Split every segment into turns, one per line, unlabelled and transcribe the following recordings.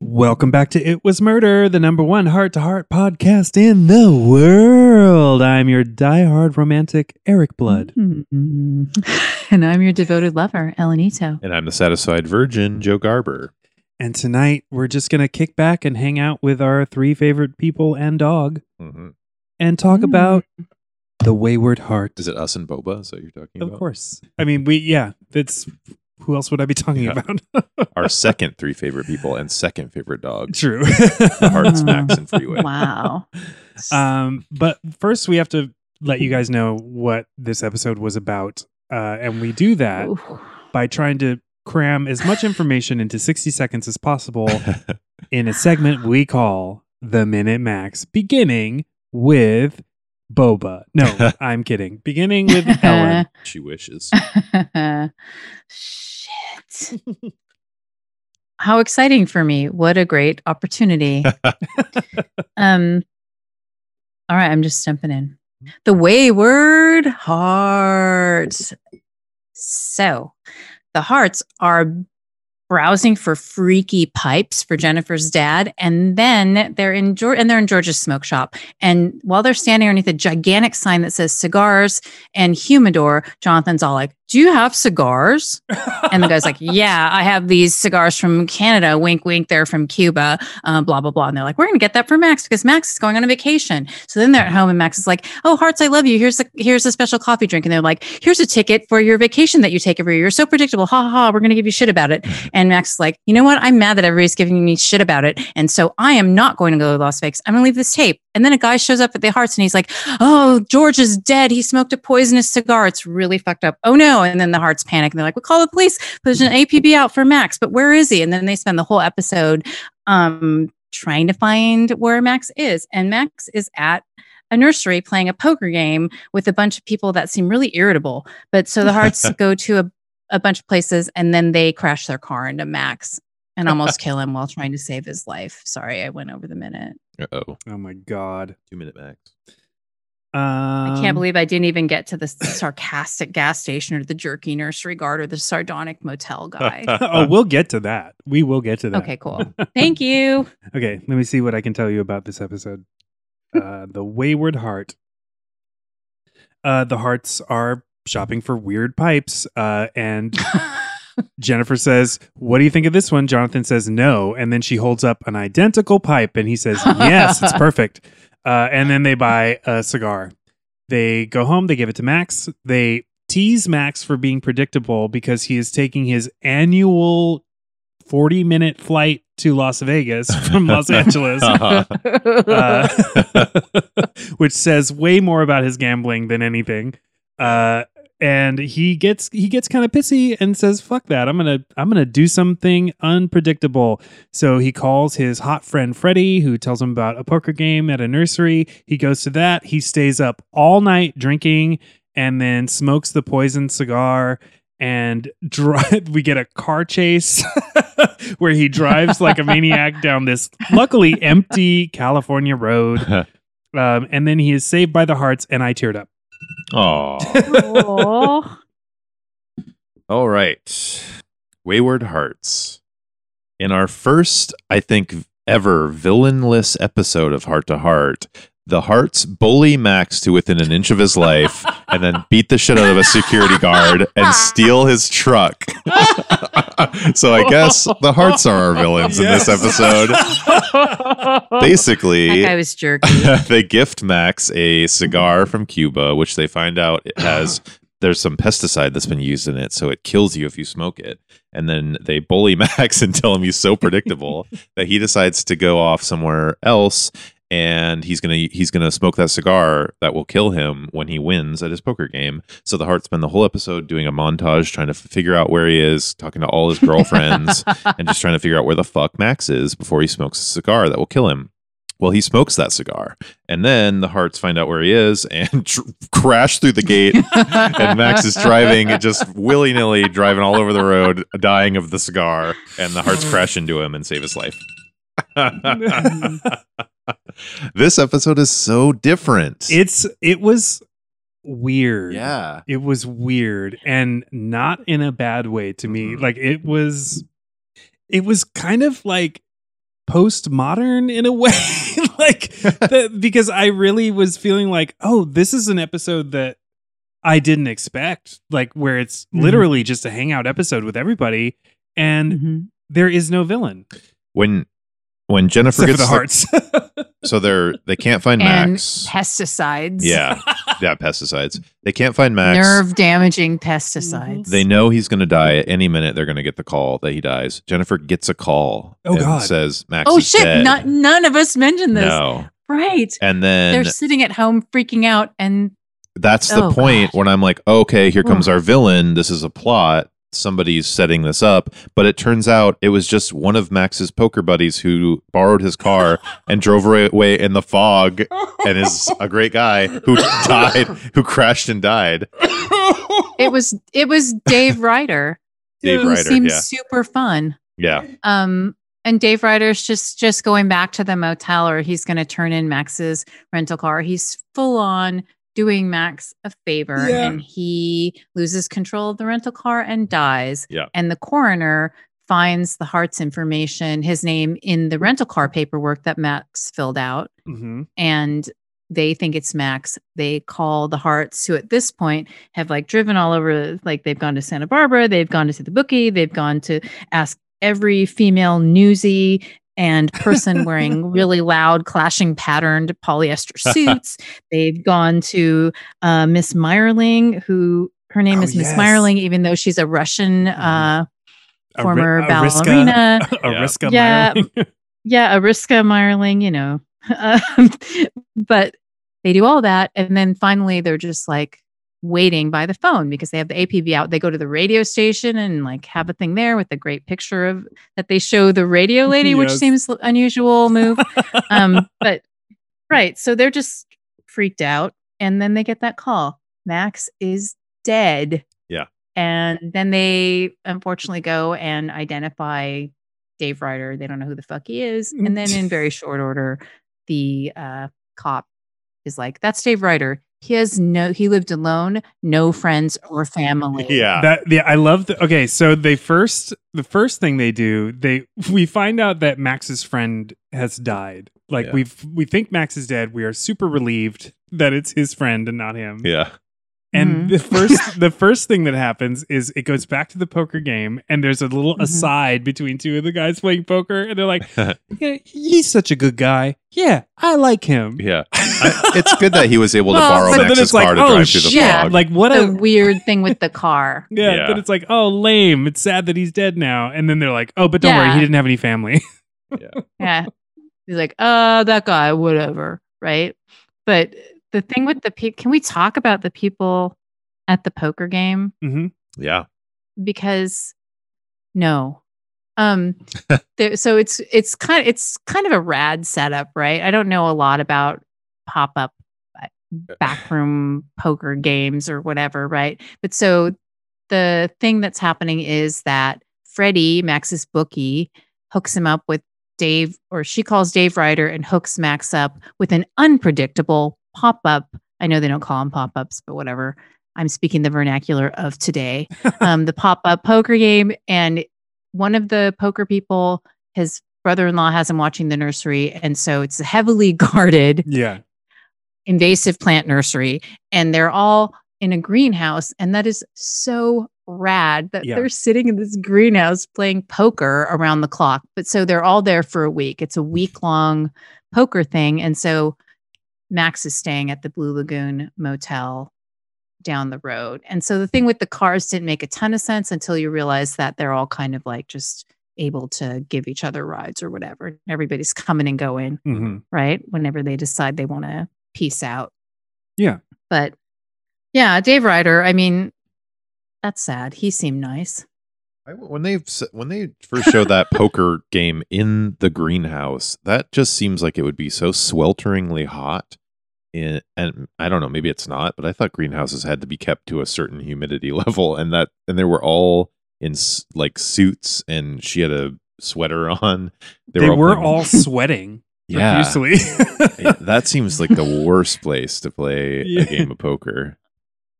Welcome back to It Was Murder, the number one heart to heart podcast in the world. I'm your diehard romantic, Eric Blood.
Mm-hmm. and I'm your devoted lover, Elenito.
And I'm the satisfied virgin, Joe Garber.
And tonight we're just going to kick back and hang out with our three favorite people and dog
Mm-hmm.
and talk
Mm.
about the wayward heart.
Is it us and Boba? Is that what you're talking
Of
about?
course. I mean, we, yeah, that's who else would I be talking
Yeah.
about?
Our second three favorite people and second favorite dog,
True.
the heart
Oh.
smacks and freeway.
Wow.
Um, but first, we have to let you guys know what this episode was about. Uh, and we do that
Ooh.
by trying to cram as much information into 60 seconds as possible in a segment we call The Minute Max, beginning with Boba. No, I'm kidding. Beginning with Ellen.
she wishes.
Shit. How exciting for me. What a great opportunity. um All right, I'm just jumping in. The wayward hearts. So, the hearts are browsing for freaky pipes for Jennifer's dad and then they're in Geor- and they're in George's smoke shop and while they're standing underneath a gigantic sign that says cigars and humidor Jonathan's all like do you have cigars and the guy's like, Yeah, I have these cigars from Canada. Wink, wink. They're from Cuba, uh, blah, blah, blah. And they're like, We're going to get that for Max because Max is going on a vacation. So then they're at home and Max is like, Oh, hearts, I love you. Here's a, here's a special coffee drink. And they're like, Here's a ticket for your vacation that you take every year. You're so predictable. Ha ha, ha. We're going to give you shit about it. And Max is like, You know what? I'm mad that everybody's giving me shit about it. And so I am not going to go to Las Vegas. I'm going to leave this tape. And then a guy shows up at the hearts and he's like, oh, George is dead. He smoked a poisonous cigar. It's really fucked up. Oh no. And then the hearts panic and they're like, we call the police. There's an APB out for Max, but where is he? And then they spend the whole episode um, trying to find where Max is. And Max is at a nursery playing a poker game with a bunch of people that seem really irritable. But so the hearts go to a, a bunch of places and then they crash their car into Max and almost kill him while trying to save his life. Sorry, I went over the minute.
Uh oh.
Oh my God.
Two minute max.
Um,
I can't believe I didn't even get to the sarcastic gas station or the jerky nursery guard or the sardonic motel guy.
Oh, we'll get to that. We will get to that.
okay, cool. Thank you.
Okay, let me see what I can tell you about this episode. Uh, the Wayward Heart. Uh, the hearts are shopping for weird pipes, uh, and Jennifer says, "What do you think of this one?" Jonathan says, "No," and then she holds up an identical pipe, and he says, "Yes, it's perfect." Uh, and then they buy a cigar. They go home. They give it to Max. They tease Max for being predictable because he is taking his annual forty-minute flight to Las Vegas from Los Angeles. Uh, which says way more about his gambling than anything. Uh, and he gets he gets kind of pissy and says, "Fuck that! I'm gonna I'm gonna do something unpredictable." So he calls his hot friend Freddie, who tells him about a poker game at a nursery. He goes to that. He stays up all night drinking, and then smokes the poison cigar. And dri- we get a car chase where he drives like a maniac down this luckily empty California road. Um, and then he is saved by the hearts, and I teared up.
Aw.
Aw.
All right. Wayward Hearts. In our first, I think, ever villainless episode of Heart to Heart, the Hearts bully Max to within an inch of his life and then beat the shit out of a security guard and steal his truck. so I guess the Hearts are our villains
Yes.
in this episode.
that guy
Basically,
was jerky.
they gift Max a cigar from Cuba, which they find out it has there's some pesticide that's been used in it, so it kills you if you smoke it. And then they bully Max and tell him he's so predictable that he decides to go off somewhere else and he's gonna he's gonna smoke that cigar that will kill him when he wins at his poker game. So the heart spend the whole episode doing a montage trying to figure out where he is, talking to all his girlfriends, and just trying to figure out where the fuck Max is before he smokes a cigar that will kill him. Well, he smokes that cigar, and then the hearts find out where he is and tr- crash through the gate. And Max is driving, just willy nilly, driving all over the road, dying of the cigar, and the hearts crash into him and save his life.
Mm-hmm.
this episode is so different.
It's it was weird.
yeah,
it was weird, and not in a bad way to me.
Mhm.
Like it was, it was kind of like postmodern in a way like that, because i really was feeling like oh this is an episode that i didn't expect like where it's
Mhm.
literally just a hangout episode with everybody and
Mhm.
there is no villain
when when Jennifer
except for
gets
the
the-
hearts
so they're they can't find
And
Max.
Pesticides.
yeah, yeah, pesticides. They can't find Max.
Nerve damaging pesticides.
They know he's going to die at any minute. They're going to get the call that he dies. Jennifer gets a call.
Oh,
and
God.
Says Max.
oh
is
shit!
dead."
Not, none of us mentioned this.
no.
Right.
And then
They're sitting at home freaking out and
that's the
Oh,
point
God.
when I'm like, okay, here comes
Ugh.
our villain. This is a plot. Somebody's setting this up. But it turns out it was just one of Max's poker buddies who borrowed his car and drove ra- away in the fog and is a great guy who died, who crashed and died.
it was it was Dave Ryder.
Dave
who
Ryder,
seemed
yeah.
super fun.
Yeah.
Um and Dave Ryder's just just going back to the motel or he's gonna turn in Max's rental car. He's full on doing Max a favor
Yeah.
and he loses control of the rental car and dies.
Yeah.
And the coroner finds the heart's information, his name in the rental car paperwork that Max filled out.
hmm
and they think it's Max. They call the Hearts, who at this point have like driven all over, like they've gone to Santa Barbara, they've gone to see the bookie, they've gone to ask every female newsy and person wearing really loud, clashing patterned polyester suits. they've gone to uh, Miss Meyerling, who her name
Oh,
is Miss
yes. Mm-hmm.
Meyerling, even though she's a Russian uh,
A ri-
former
a uh, Riska-
ballerina.
a
Yeah.
Riska
Yeah.
Meyerling.
Yeah, Ariska, Meyerling, you know. Um, but they do all that. And then finally, they're just like waiting by the phone because they have the APB out. They go to the radio station and like have a thing there with a great picture of that they show the radio lady, which
Yes.
seems l- unusual move. um, but right. So they're just freaked out. And then they get that call Max is dead.
Yeah.
And then they unfortunately go and identify Dave Ryder. They don't know who the fuck he is. And then in very short order, the uh, cop is like, that's Dave Ryder. He has no, he lived alone, no friends or family.
Yeah.
That yeah, I love. The, okay, so they first the first thing they do they we find out that Max's friend has died. Like
Yeah.
we've we think Max is dead. We are super relieved that it's his friend and not him.
yeah.
And
Mhm.
the first the first thing that happens is it goes back to the poker game, and there's a little
Mhm.
aside between two of the guys playing poker, and they're like, "Yeah, "He's such a good guy. Yeah, I like him."
Yeah. I- it's good that he was able
Well,
to borrow
but then
Max's
it's like,
car to
oh,
drive through the
shit.
fog.
Like what
The
a
weird thing with the car.
Yeah,
Yeah.
but it's like, oh, lame. It's sad that he's dead now. And then they're like, oh, but don't worry,
Yeah.
he didn't have any family.
yeah. He's like, uh, that guy, whatever. Right. But the thing with the people, can we talk about the people at the poker game?
Mm-hmm.
hmm
yeah.
Because no. Um, there, so it's, it's kind of, it's kind of a rad setup, right? I don't know a lot about pop up backroom poker games or whatever, right? But so the thing that's happening is that Freddie, Max's bookie, hooks him up with Dave, or she calls Dave Ryder and hooks Max up with an unpredictable pop up. I know they don't call them pop ups, but whatever. I'm speaking the vernacular of today. um, the pop up poker game. And one of the poker people, his brother in law, has him watching the nursery. And so it's heavily guarded
Yeah.
invasive plant nursery and they're all in a greenhouse and that is so rad that
Yeah.
they're sitting in this greenhouse playing poker around the clock but so they're all there for a week it's a week long poker thing and so max is staying at the blue lagoon motel down the road and so the thing with the cars didn't make a ton of sense until you realize that they're all kind of like just able to give each other rides or whatever everybody's coming and going
Mm-hmm.
hmm
right? Whenever they decide they want to peace out.
Yeah.
But yeah, Dave Ryder, I mean, that's sad. He seemed nice.
I, when they when they first showed that poker game in the greenhouse, that just seems like it would be so swelteringly hot. In, and I don't know, maybe it's not, but I thought greenhouses had to be kept to a certain humidity level, and that and they were all in s- like suits, and she had a sweater on.
They were
playing-
all sweating
yeah.
profusely.
Yeah, that seems like the worst place to play
Yeah.
a game of poker.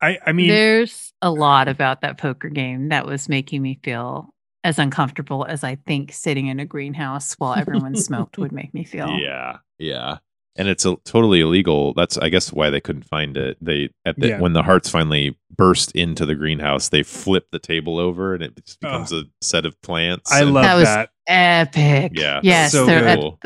I, I mean,
There's a lot about that poker game that was making me feel as uncomfortable as I think sitting in a greenhouse while everyone smoked would make me feel.
Yeah, yeah. And it's a, totally illegal. That's I guess why they couldn't find it. They at the
Yeah.
when the hearts finally burst into the greenhouse, they flip the table over and it just becomes a set of plants.
I
and-
love
That was-
that.
Epic.
Yeah,
Yes.
so
they're at-
cool.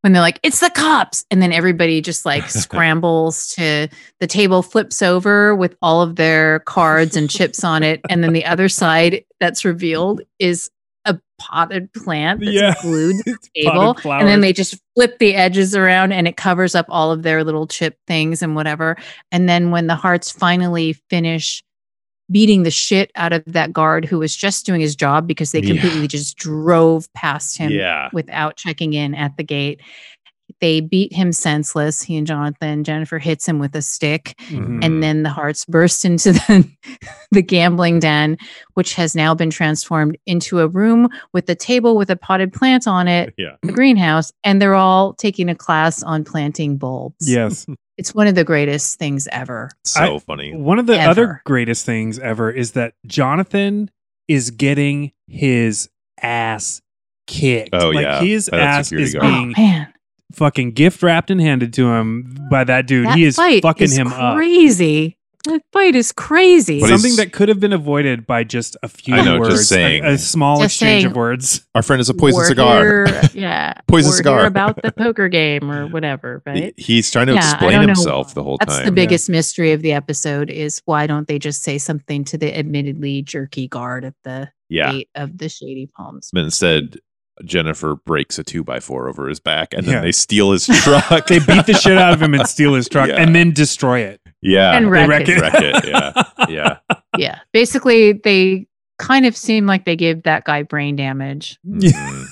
when they're like, it's the cops. And then everybody just like scrambles to the table, flips over with all of their cards and chips on it. And then the other side that's revealed is a potted plant that's
Yeah.
glued
It's
table,
potted
and then
flowers.
they just flip the edges around and it covers up all of their little chip things and whatever and then when the hearts finally finish beating the shit out of that guard who was just doing his job because they
Yeah.
completely just drove past him
Yeah.
without checking in at the gate they beat him senseless he and jonathan jennifer hits him with a stick
Mhm.
Mm.
and then the hearts burst into the, the gambling den which has now been transformed into a room with a table with a potted plant on it
Yeah.
the greenhouse and they're all taking a class on planting bulbs.
yes.
It's one of the greatest things ever.
So funny.
One of the other
Ever.
greatest things ever is that Jonathan is getting his ass kicked.
Oh,
like,
yeah,
His
by that
ass
security
is
guard.
Oh
being
man.
fucking gift wrapped and handed to him by that dude.
that
he is
fight
fucking
is
him up.
crazy. That fight is crazy.
But he's-
Something that could have been avoided by just a few
I know, just
words, a-
saying.
a, small
Just
exchange
saying.
of words.
Our friend is a poison
We're
cigar.
here- yeah.
Poison
we're
cigar.
Here about the poker game or whatever, right?
He's trying to
Yeah, I
explain
don't know.
himself the whole
That's
time.
the biggest mystery of the episode is why don't they just say something to the admittedly jerky guard at the
yeah.
gate of the Shady Palms?
But instead, Jennifer breaks a two by four over his back, and then
Yeah.
they steal his truck.
They beat the shit out of him and steal his truck
Yeah.
and then destroy it.
yeah,
And
They
Wreck
wreck
it.
it.
Wreck it, yeah.
yeah. Basically, they kind of seem like they give that guy brain damage
Mhm. Okay,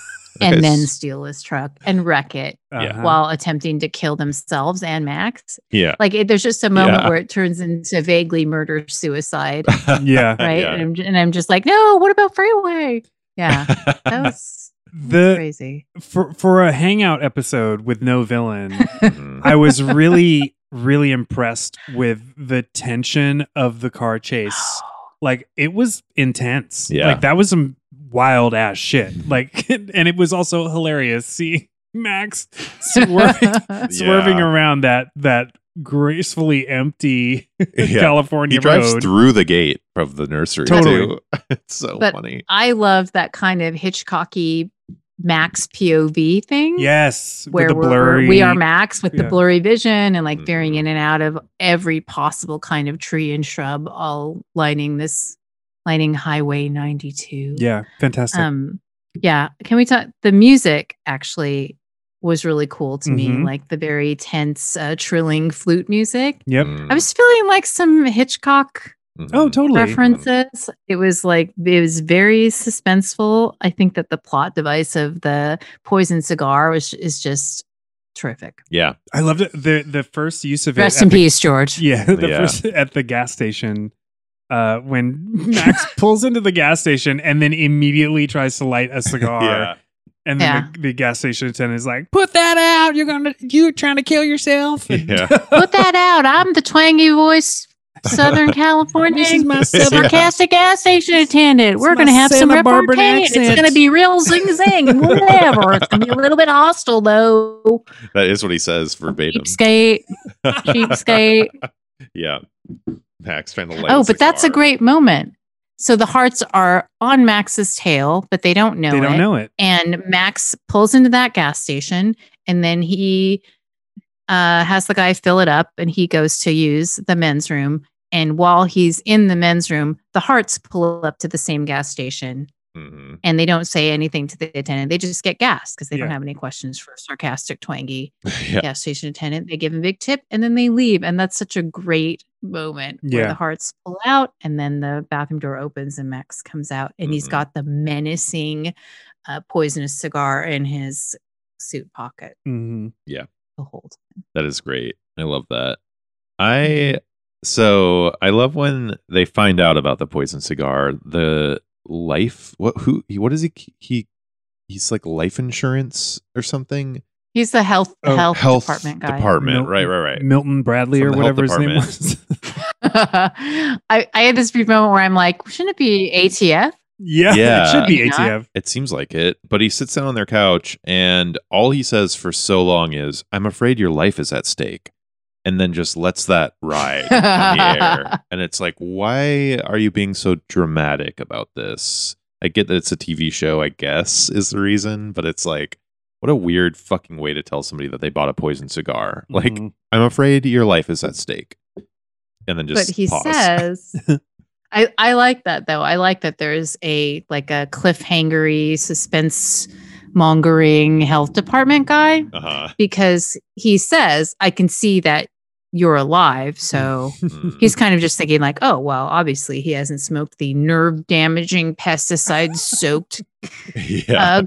and then
s-
steal his truck and wreck it
Uh-huh.
while attempting to kill themselves and Max.
yeah,
Like it, there's just a moment
Yeah.
where it turns into vaguely murder suicide,
yeah.
right?
Yeah.
And, I'm, j- and I'm just like, no, what about Freeway? Yeah, that was
The
crazy.
for for a hangout episode with no villain,
Mhm.
I was really really impressed with the tension of the car chase. Like it was intense.
Yeah.
Like that was some wild ass shit. Like and it was also hilarious seeing Max swerving swerving
Yeah.
around that that gracefully empty
yeah.
California
He drives
road.
through the gate of the nursery.
Totally.
too. it's so
But-
funny.
I love that kind of Hitchcocky Max POV thing.
yes,
where
with the
we're,
blurry
we're- we are Max with
yeah. Mm-hmm.
the blurry vision and like veering
Mhm.
in and out of every possible kind of tree and shrub, all lining this lining Highway 92.
Yeah, fantastic.
Um, yeah. Can we talk? The music actually was really cool to
Mhm.
me, like the very tense, uh, trilling flute music.
yep.
Mm. Mm-hmm.
I was feeling like some Hitchcock
Oh, totally.
references. It was like it was very suspenseful. I think that the plot device of the poison cigar was is just terrific.
Yeah.
I loved it. the the first use of it.
Rest
at
in
the-
peace, George.
Yeah, the
Yeah.
first at the gas station. Uh, when Max pulls into the gas station and then immediately tries to light a cigar,
Yeah.
and then
Yeah.
the, the gas station attendant is like, "Put that out! You're gonna you're trying to kill yourself." And-
Yeah.
Put that out. I'm the twangy voice, Southern California.
This is my
Southern-
sarcastic gas station attendant.
It's
We're
my
going to have some
Santa Barbara
repartee. It's
accent.
going to be real zing zing, and whatever. It's going to be a little bit hostile though.
That is what he says verbatim.
Cheapskate, cheapskate.
yeah. Max trying to light
Oh,
his
but that's a
cigar.
great moment. So the hearts are on Max's tail, but they don't know
they don't
it.
know it.
And Max pulls into that gas station, and then he uh, has the guy fill it up, and he goes to use the men's room. And while he's in the men's room, the hearts pull up to the same gas station,
Mhm.
and they don't say anything to the attendant. They just get gas because they don't
Yeah.
have any questions for sarcastic, twangy
Yeah.
gas station attendant. They give him a big tip and then they leave. And that's such a great moment where
Yeah.
the hearts pull out and then the bathroom door opens and Max comes out and he's
Mhm.
got the menacing uh, poisonous cigar in his suit pocket
hmm
to hold.
That is great. I love that. I so I love when they find out about the poison cigar. The life what who he- what is he he he's like life insurance or something.
He's the health
Oh,
health, department guy.
department.
Milton-
Right, right, right.
Milton Bradley
From
or
the health
whatever his name
department.
was.
I, I had this brief moment where I'm like, shouldn't it be ATF?
Yeah, it
Yeah.
should be
Maybe not.
ATF.
It seems like it. But he sits down on their couch and all he says for so long is, I'm afraid your life is at stake. And then just lets that ride in the air. And it's like, why are you being so dramatic about this? I get that it's a TV show, I guess, is the reason, but it's like, what a weird fucking way to tell somebody that they bought a poison cigar.
Mm-hmm.
Like,
Mhm.
I'm afraid your life is at stake. And then just
but he
pause.
says I, I like that though. I like that there's a like a cliffhangery suspense mongering health department guy
uh-huh.
because he says, I can see that you're alive. So
Mm.
he's kind of just thinking like, oh well, obviously he hasn't smoked the nerve damaging pesticide soaked
yeah.
uh,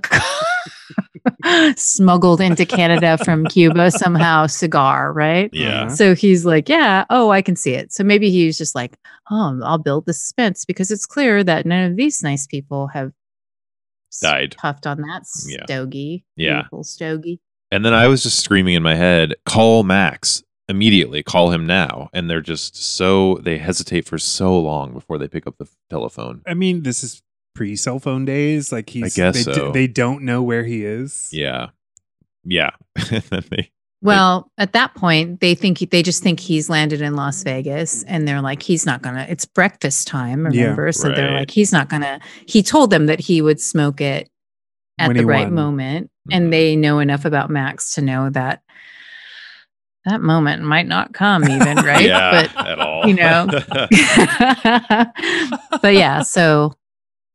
smuggled into Canada from Cuba somehow cigar, right?
yeah.
Uh-huh.
So he's like, yeah, oh, I can see it. So maybe he's just like, oh, I'll build the suspense because it's clear that none of these nice people have s-
Died.
puffed on that
Yeah.
stogie.
Yeah.
Evil stogie.
And then I was just screaming in my head, call Max immediately, call him now. And they're just so, they hesitate for so long before they pick up the telephone.
I mean, this is pre cell phone days. Like he's,
guess
they, d-
so.
they don't know where he is.
Yeah. Yeah. and then they,
Well, at that point, they think he, they just think he's landed in Las Vegas, and they're like, he's not gonna. It's breakfast time,
Yeah.
remember? so they're
Right.
like, he's not gonna. He told them that he would smoke it at
When
the
he
right
won. Mm-hmm.
moment,
Mhm.
and they know enough about Max to know that that moment might not come, even right.
yeah, at all.
you know. But but yeah, so.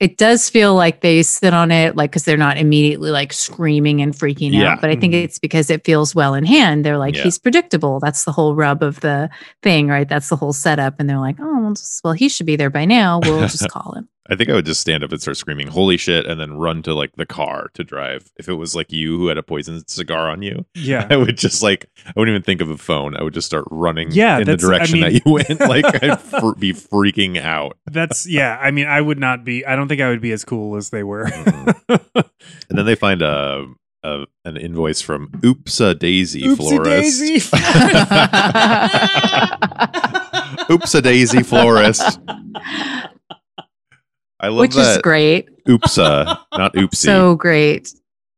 It does feel like they sit on it, like, because they're not immediately like screaming and freaking
Yeah. Mm-hmm.
out. But I think
Mhm.
it's because it feels well in hand. They're like,
Yeah.
he's predictable. That's the whole rub of the thing, right? That's the whole setup. And they're like, oh, well, just- well, he should be there by now. We'll just call him.
I think I would just stand up and start screaming, holy shit, and then run to like the car to drive. If it was like you who had a poison cigar on you,
Yeah.
I would just like, I wouldn't even think of a phone. I would just start running
Yeah,
in the
that's- I
direction
mean-
that you went. Like, I'd fr- be freaking out.
That's, yeah. I mean, I would not be, I don't think I would be as cool as they were.
And then they find a, a an invoice from Oopsa Daisy
Oopsie
Florist.
daisy.
Oopsa Daisy Florist. I love
Which is
that.
great.
Oopsa, not oopsie.
So great.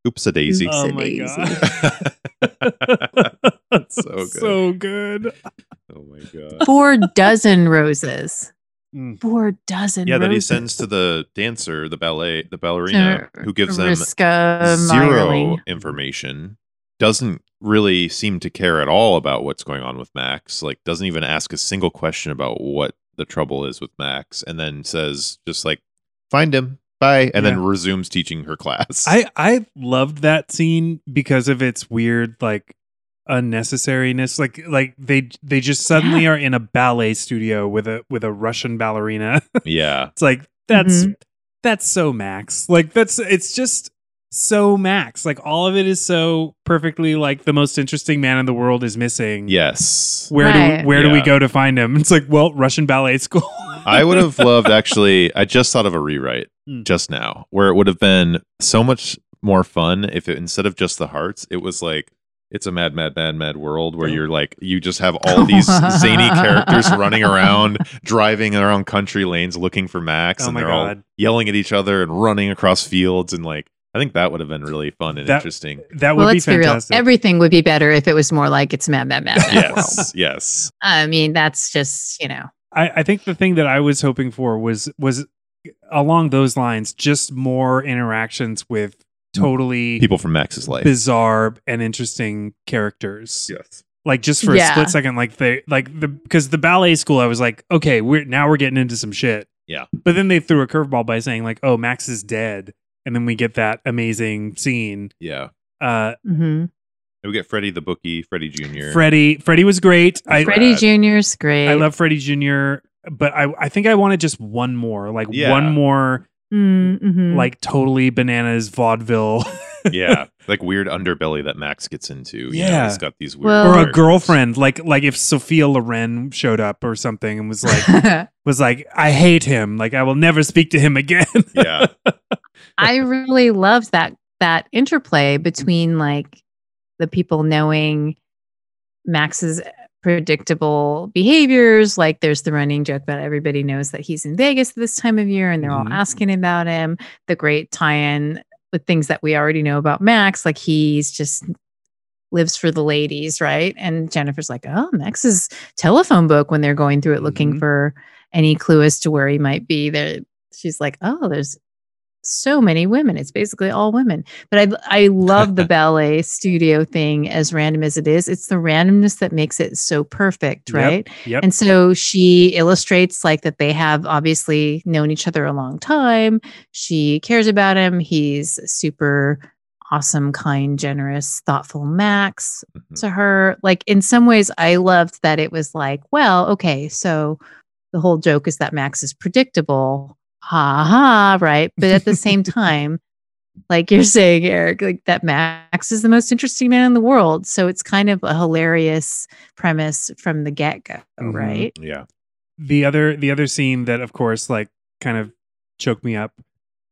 Oopsa Daisy.
oh
Oopsie
my God.
So good.
So good.
oh my god.
Four dozen roses.
Mm.
Four dozen
Yeah,
roses.
that he sends to the dancer, the ballet, the ballerina,
To
who gives them
Riska
zero
Meyerling.
information. Doesn't really seem to care at all about what's going on with Max. Like, doesn't even ask a single question about what the trouble is with Max, and then says just like, "Find him, bye," and then
Yeah.
resumes teaching her class.
I I loved that scene because of its weird like unnecessariness. Like like they they just suddenly are in a ballet studio with a with a Russian ballerina.
yeah,
it's like that's
Mm-hmm.
that's so Max. Like that's it's just so Max. Like all of it is so perfectly like the most interesting man in the world is missing.
yes.
Where do
Right.
we, where do we
Yeah.
go to find him? It's like well Russian ballet school.
I would have loved actually. I just thought of a rewrite
Mm.
just now where it would have been so much more fun if it, instead of just the hearts, it was like it's a mad, mad, mad, mad world where you're like you just have all these zany characters running around, driving around country lanes looking for Max,
Oh
and
my
they're
God.
all yelling at each other and running across fields and like. I think that would have been really fun and
That-
interesting.
that would
Well,
be
let's be, real.
fantastic.
Everything would be better if it was more like it's mad, mad, mad. Mad world.
Yes, yes.
I mean, that's just, you know,
I, I think the thing that I was hoping for was was along those lines, just more interactions with totally
Mm-hmm. People from Max's life.
bizarre and interesting characters.
Yes.
Like just for a
Yeah.
split second, like they like the because the ballet school, I was like, okay, we're now we're getting into some shit.
Yeah.
But then they threw a curveball by saying like, oh, Max is dead, and then we get that amazing scene.
Yeah.
Uh,
mhm.
And we get Freddie the bookie, Freddie Jr.
Freddie, Freddie was great. I
Freddie
Brad.
Jr.'s great.
I love Freddie Jr. But I I think I wanted just one more, like
Yeah.
one more.
mm-hmm.
like totally bananas vaudeville
yeah, like weird underbelly that Max gets into. you know,
Yeah.
he's got these weird.
Well-
or a
characters.
girlfriend like like if sophia loren showed up or something and was like was like i hate him like i will never speak to him again
Yeah,
I really loved that that interplay between like the people knowing Max's predictable behaviors. Like there's the running joke about everybody knows that he's in Vegas this time of year and they're
Mhm.
all asking about him. The great tie in with things that we already know about Max. Like he's just lives for the ladies, right? And Jennifer's like, oh, Max's telephone book when they're going through it looking
Mhm.
for any clue as to where he might be. There, she's like, oh, there's so many women. It's basically all women. But I I love the ballet studio thing as random as it is. It's the randomness that makes it so perfect,
Yep,
right?
Yep.
And so she illustrates like that they have obviously known each other a long time. She cares about him. He's super awesome, kind, generous, thoughtful Max
mm-hmm.
to
Mm.
her. Like in some ways, I loved that it was like, well, okay, so the whole joke is that Max is predictable, ha ha, right? But at the same time, like you're saying, Eric, like that Max is the most interesting man in the world. So it's kind of a hilarious premise from the get go,
Mhm.
right?
Yeah.
the other the other scene that of course like kind of choked me up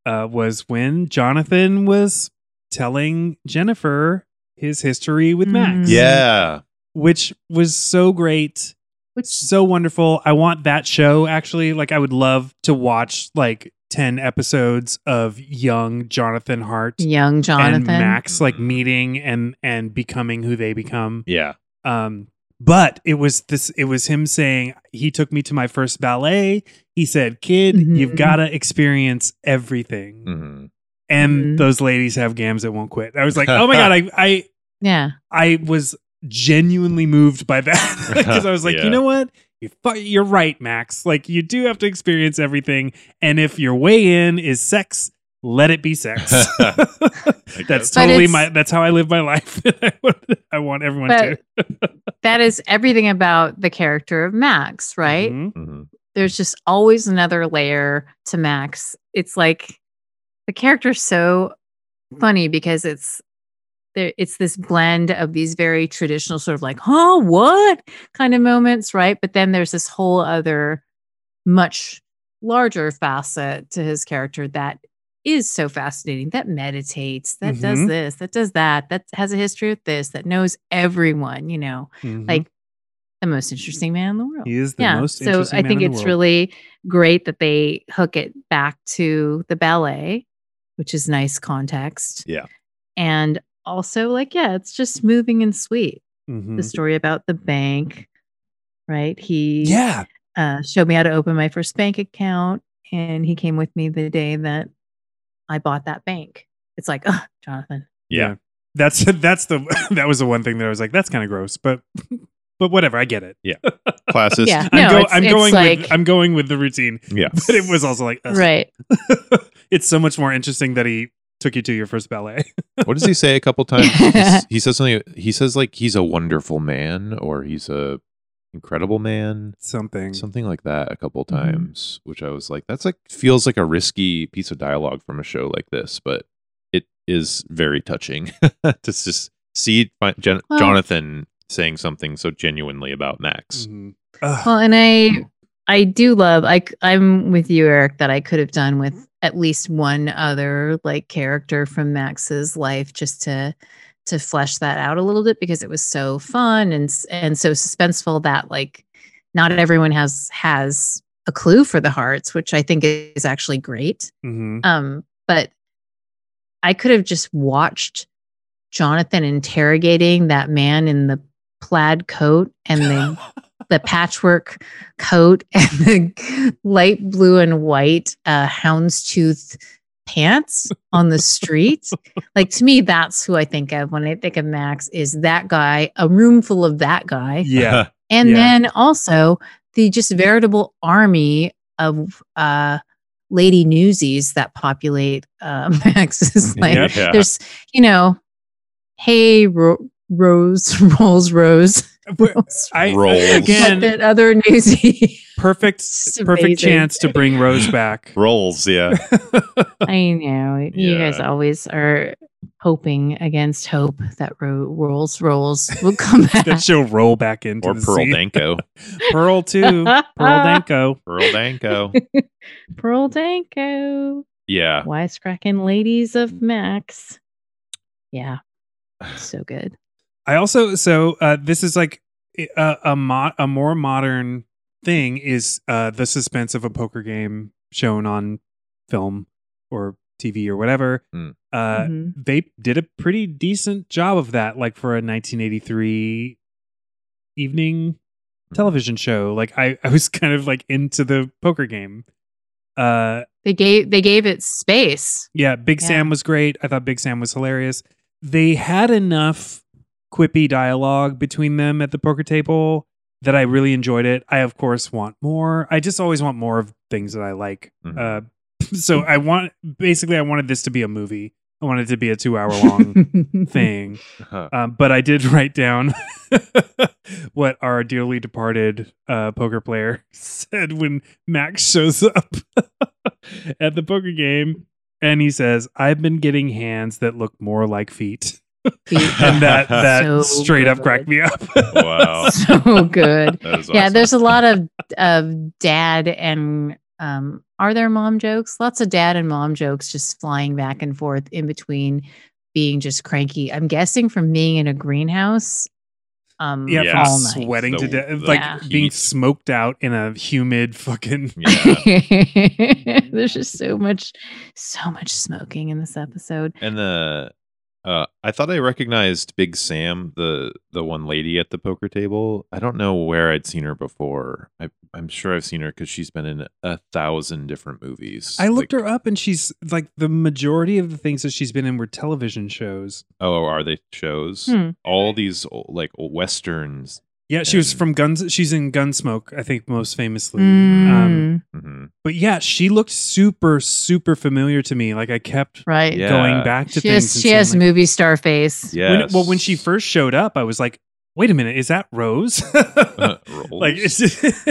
uh was when Jonathan was telling Jennifer his history with Max.
Mm.
Yeah.
Which was so great. so wonderful. I want that show actually. Like I would love to watch like 10 episodes of young Jonathan Hart
Young
and
Jonathan.
Max like
Mhm.
meeting and and becoming who they become.
Yeah.
Um, but it was this. It was him saying he took me to my first ballet. He said, "Kid, you've
Mhm.
got to experience everything."
hmm
And
Mhm.
those ladies have gams that won't quit. I was like, "Oh my god!" I I
yeah.
I was genuinely moved by that because I was like,
Yeah.
"You know what? You're fu- you're right, Max. Like you do have to experience everything. And if your way in is sex." Let it be sex. that's
guess.
But
totally
it's-
my. That's how I live my life. I want- I want everyone to.
But that is everything about the character of Max, right?
Mhm.
hmm
there's just always another layer to Max. It's like the character's so funny because it's there it's this blend of these very traditional sort of like, huh, what kind of moments, right? But then there's this whole other much larger facet to his character that is so fascinating that meditates that does
Mhm.
this that does that that has a history with this that knows everyone you know
Mhm.
like the most interesting man in the world
He is the most
so
interesting
I
man
think
in the
it's
world.
really great that they hook it back to the ballet, which is nice context.
Yeah.
And also, like, yeah, it's just moving and sweet.
Mhm.
The story about the bank, right? He
yeah.
uh, showed me how to open my first bank account, and he came with me the day that I bought that bank. It's like, oh, Jonathan.
Yeah.
That's that's the that was the one thing that I was like, that's kind of gross, but but whatever, I get it.
Classes.
Yeah.
I'm,
No,
go-
it's-
I'm
it's
going with
like-
I'm going with the routine.
Yeah.
But it was also like ugh.
Right.
it's so much more interesting that he took you to your first ballet.
What does he say a couple times? He's- he says something. He says like he's a wonderful man or he's a incredible man,
Something.
Mm-hmm.
something like that. A couple
Mhm.
times, which I was like, that's like feels like a risky piece of dialogue from a show like this, but it is very touching to just see fi- Jen-
Well-
Jonathan saying something so genuinely about Max.
Mhm. Ugh.
Well, and I I do love I c- I'm with you Eric that I could have done with at least one other like character from Max's life just to to flesh that out a little bit because it was so fun and s- and so suspenseful that like not everyone has has a clue for the hearts, which I think is actually great.
Mhm.
Um, but I could have just watched Jonathan interrogating that man in the plaid coat and the the patchwork coat and the light blue and white uh, houndstooth pants on the street. like to me, that's who I think of when I think of Max is that guy, a room full of that guy.
Yeah.
And
Yeah.
then also the just veritable army of uh, lady newsies that populate uh, Max's life.
Mm-hmm. Yeah.
Yeah.
There's, you know, hey, Ro- Rose, Rolls, Rose,
We're-
Rolls.
I,
Rolls.
But
again
that other newsie.
perfect
It's amazing.
perfect chance to bring Rose back.
Rolls, yeah.
I know. You guys
Yeah.
always are hoping against hope that Ro- Rolls, Rolls will come back.
that she'll roll back into
or
the
Pearl
scene.
Danko.
Pearl too. Pearl Danko.
Pearl Danko.
Pearl Danko.
Yeah.
Wisecracking Ladies of Max. Yeah. So good.
I also so uh, this is like a a, mo- a more modern thing is uh, the suspense of a poker game shown on film or TV or whatever.
Mm.
Uh,
Mhm.
They did a pretty decent job of that, like for a 1983 evening television show. Like I, I was kind of like into the poker game. Uh,
They gave they gave it space.
yeah, Big
Yeah.
Sam was great. I thought Big Sam was hilarious. They had enough quippy dialogue between them at the poker table that I really enjoyed it. I of course want more. I just always want more of things that I like.
Mhm.
Uh, so I want basically I wanted this to be a movie. I wanted it to be a two hour long thing. Um, but I did write down what our dearly departed uh, poker player said when Max shows up at the poker game. And he says, I've been getting hands that look more like feet. And that, that
So
straight up
good.
cracked me up.
wow.
so good.
That is
Yeah,
awesome.
there's a lot of of dad and um are there mom jokes? Lots of dad and mom jokes just flying back and forth in between being just cranky. I'm guessing from being in a greenhouse. Um
yeah,
Yeah.
all
from
night.
sweating to
The-
death.
the
Like
Yeah.
being
heat.
smoked out in a humid fucking.
Yeah.
There's just so much, so much smoking in this episode.
And the uh I thought I recognized Big Sam, the the one lady at the poker table. I don't know where I'd seen her before. I I'm sure I've seen her cuz she's been in a thousand different movies.
I looked
Like-
her up and she's like the majority of the things that she's been in were television shows.
Oh, are they shows?
Hmm.
All these old, like old westerns.
Yeah, she was
And-
from Guns. She's in Gunsmoke, I think, most famously. Um,
Mm,
hmm
But yeah, she looked super, super familiar to me. Like I kept
right.
Yeah.
going back to
She
things.
has,
and
she has
seeing, like-
movie star face.
Yeah.
when- well, when she first showed up, I was like, "Wait a minute, is that Rose?" like, it's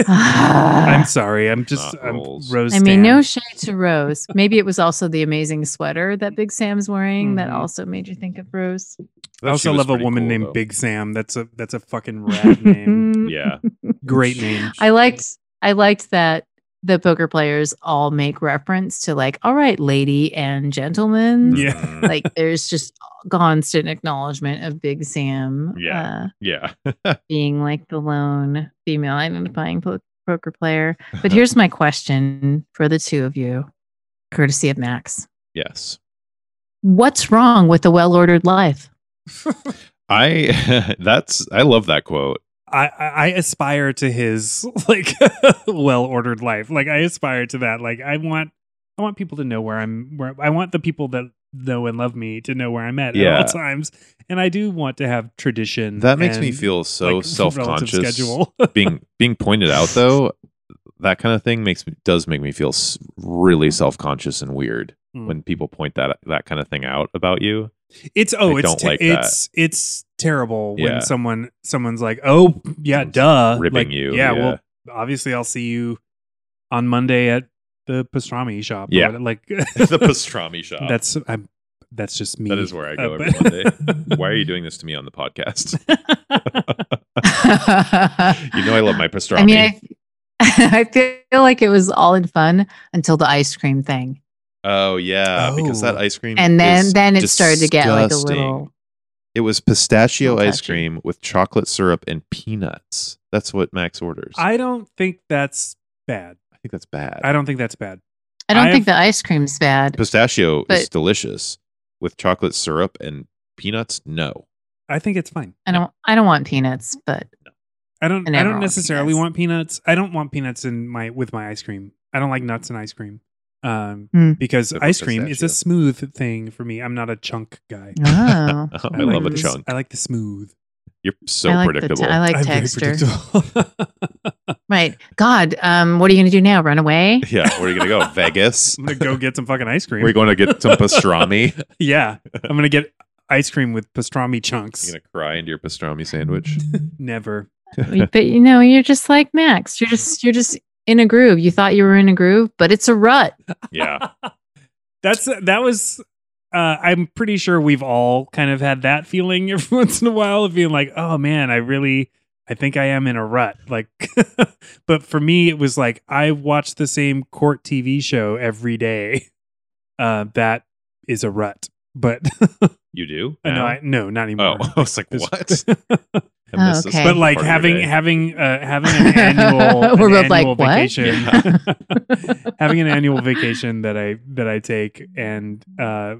I'm sorry, I'm just
Not
I'm
Rose.
Rose.
I mean, no
stan.
shade to Rose. Maybe it was also the amazing sweater that Big Sam's wearing that
Mhm.
also made you think of Rose.
I also love a woman named Big Sam. That's a that's a fucking rad name.
Yeah.
Great name.
I liked I liked that the poker players all make reference to like, all right, lady and gentlemen.
Yeah.
Mhm.
like there's just constant acknowledgement of Big Sam
Yeah.
uh,
yeah.
being like the lone female identifying po- poker player. But here's my question for the two of you, courtesy of Max.
yes.
What's wrong with a well ordered life?
I that's I love that quote.
I, I I aspire to his like well ordered life. Like I aspire to that. Like I want I want people to know where I'm where I want the people that know and love me to know where I'm at
Yeah.
at all times. And I do want to have tradition.
That makes me
and,
feel so
like, relative
self-conscious.
Schedule.
being being pointed out though, that kind of thing makes me does make me feel s- really self-conscious and weird
Mm.
when people point that that kind of thing out about you.
It's oh,
I
it's
don't
te-
like that.
it's it's terrible
Yeah.
when someone someone's like, "Oh, yeah,
Someone's
duh."
ripping
like,
you,
Yeah,
yeah.
well, obviously I'll see you on Monday at the pastrami shop. or
Yeah.
what- like
the pastrami shop.
That's I'm that's just me.
Uh, that is where I go
Uh,
every
but-
Monday. Why are you doing this to me on the podcast? You
you
know I love my pastrami.
I mean, I, I feel like it was all in fun until the ice cream thing,
oh yeah, because that
Oh.
ice cream
and then
is
then it started to get like a
disgusting.
little.
It was pistachio
Little
ice
touchy.
cream with chocolate syrup and peanuts. That's what Max orders. I,
I don't think that's bad.
think that's bad.
I don't think that's bad.
I don't
I
think the ice cream's bad.
Pistachio is
But-
delicious with chocolate syrup and peanuts. No.
I think it's fine.
I don't. I don't want peanuts, but
I don't. I,
I never
don't
want
necessarily
peanuts.
want peanuts. I don't want peanuts in my with my ice cream. I don't like nuts in ice cream. Um,
Hmm.
because
Except for
ice cream is a
pistachio.
smooth thing for me. I'm not a chunk guy.
oh,
I,
I,
love
like
a
the-
chunk.
I like the smooth.
You're so
I like
predictable.
The te- I like
I'm very
texture.
predictable.
Right. God, um, what are you gonna do now? Run away?
yeah. Where are you going to go? Vegas?
I'm gonna go get some fucking ice cream.
We're going to get some pastrami.
yeah, I'm gonna get ice cream with pastrami chunks.
You're going to cry into your pastrami sandwich.
Never.
but you know, you're just like Max. You're just you're just in a groove. You thought you were in a groove, but it's a rut.
Yeah.
That's that was uh I'm pretty sure we've all kind of had that feeling every once in a while of being like, "Oh man, I really I think I am in a rut." Like but for me it was like I watch the same court TV show every day. Uh that is a rut. But
You do?
no,
Now?
I, no, not anymore.
oh, I was like,
This-
what? I missed
Oh,
this
okay.
But like
part of your
having having
day.
uh, having an annual,
We're
an
both like,
annual
"What?"
vacation,
Yeah.
having an annual vacation that I that I take and uh,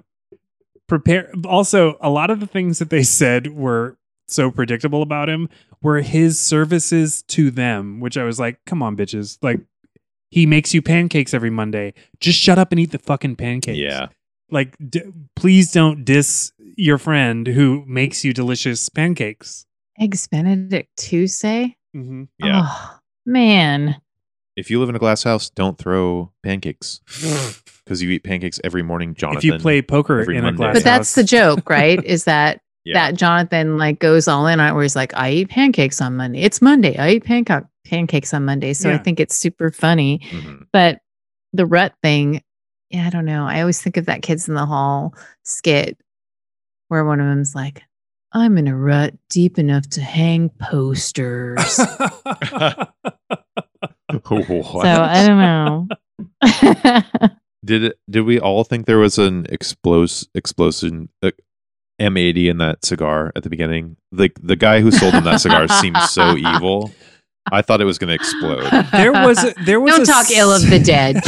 prepare. Also, a lot of the things that they said were so predictable about him were his services to them, which I was like, come on, bitches! Like he makes you pancakes every Monday. Just shut up and eat the fucking pancakes.
yeah,
Like, d- please don't diss your friend who makes you delicious pancakes.
Eggs Benedict Tuesday?
Mm-hmm.
yeah.
Oh, man.
If you live in a glass house, don't throw pancakes because you eat pancakes every morning, Jonathan.
if you play poker
every
in a
Monday.
glass
But that's the
house.
joke, right? Is that
yeah.
that Jonathan like goes all in on it where he's like, I eat pancakes on Monday. It's Monday. I eat panco- pancakes on Monday. So I
Yeah.
think it's super funny.
Mhm.
But the rut thing, yeah, I don't know. I always think of that kids in the hall skit where one of them's like, I'm in a rut deep enough to hang posters. so
What?
I don't know.
did it, did we all think there was an explos explosion uh, M80 in that cigar at the beginning? The the guy who sold him that cigar seemed so evil. I thought it was going to explode.
there was a, there was
Don't
a
talk
s-
ill of the dead.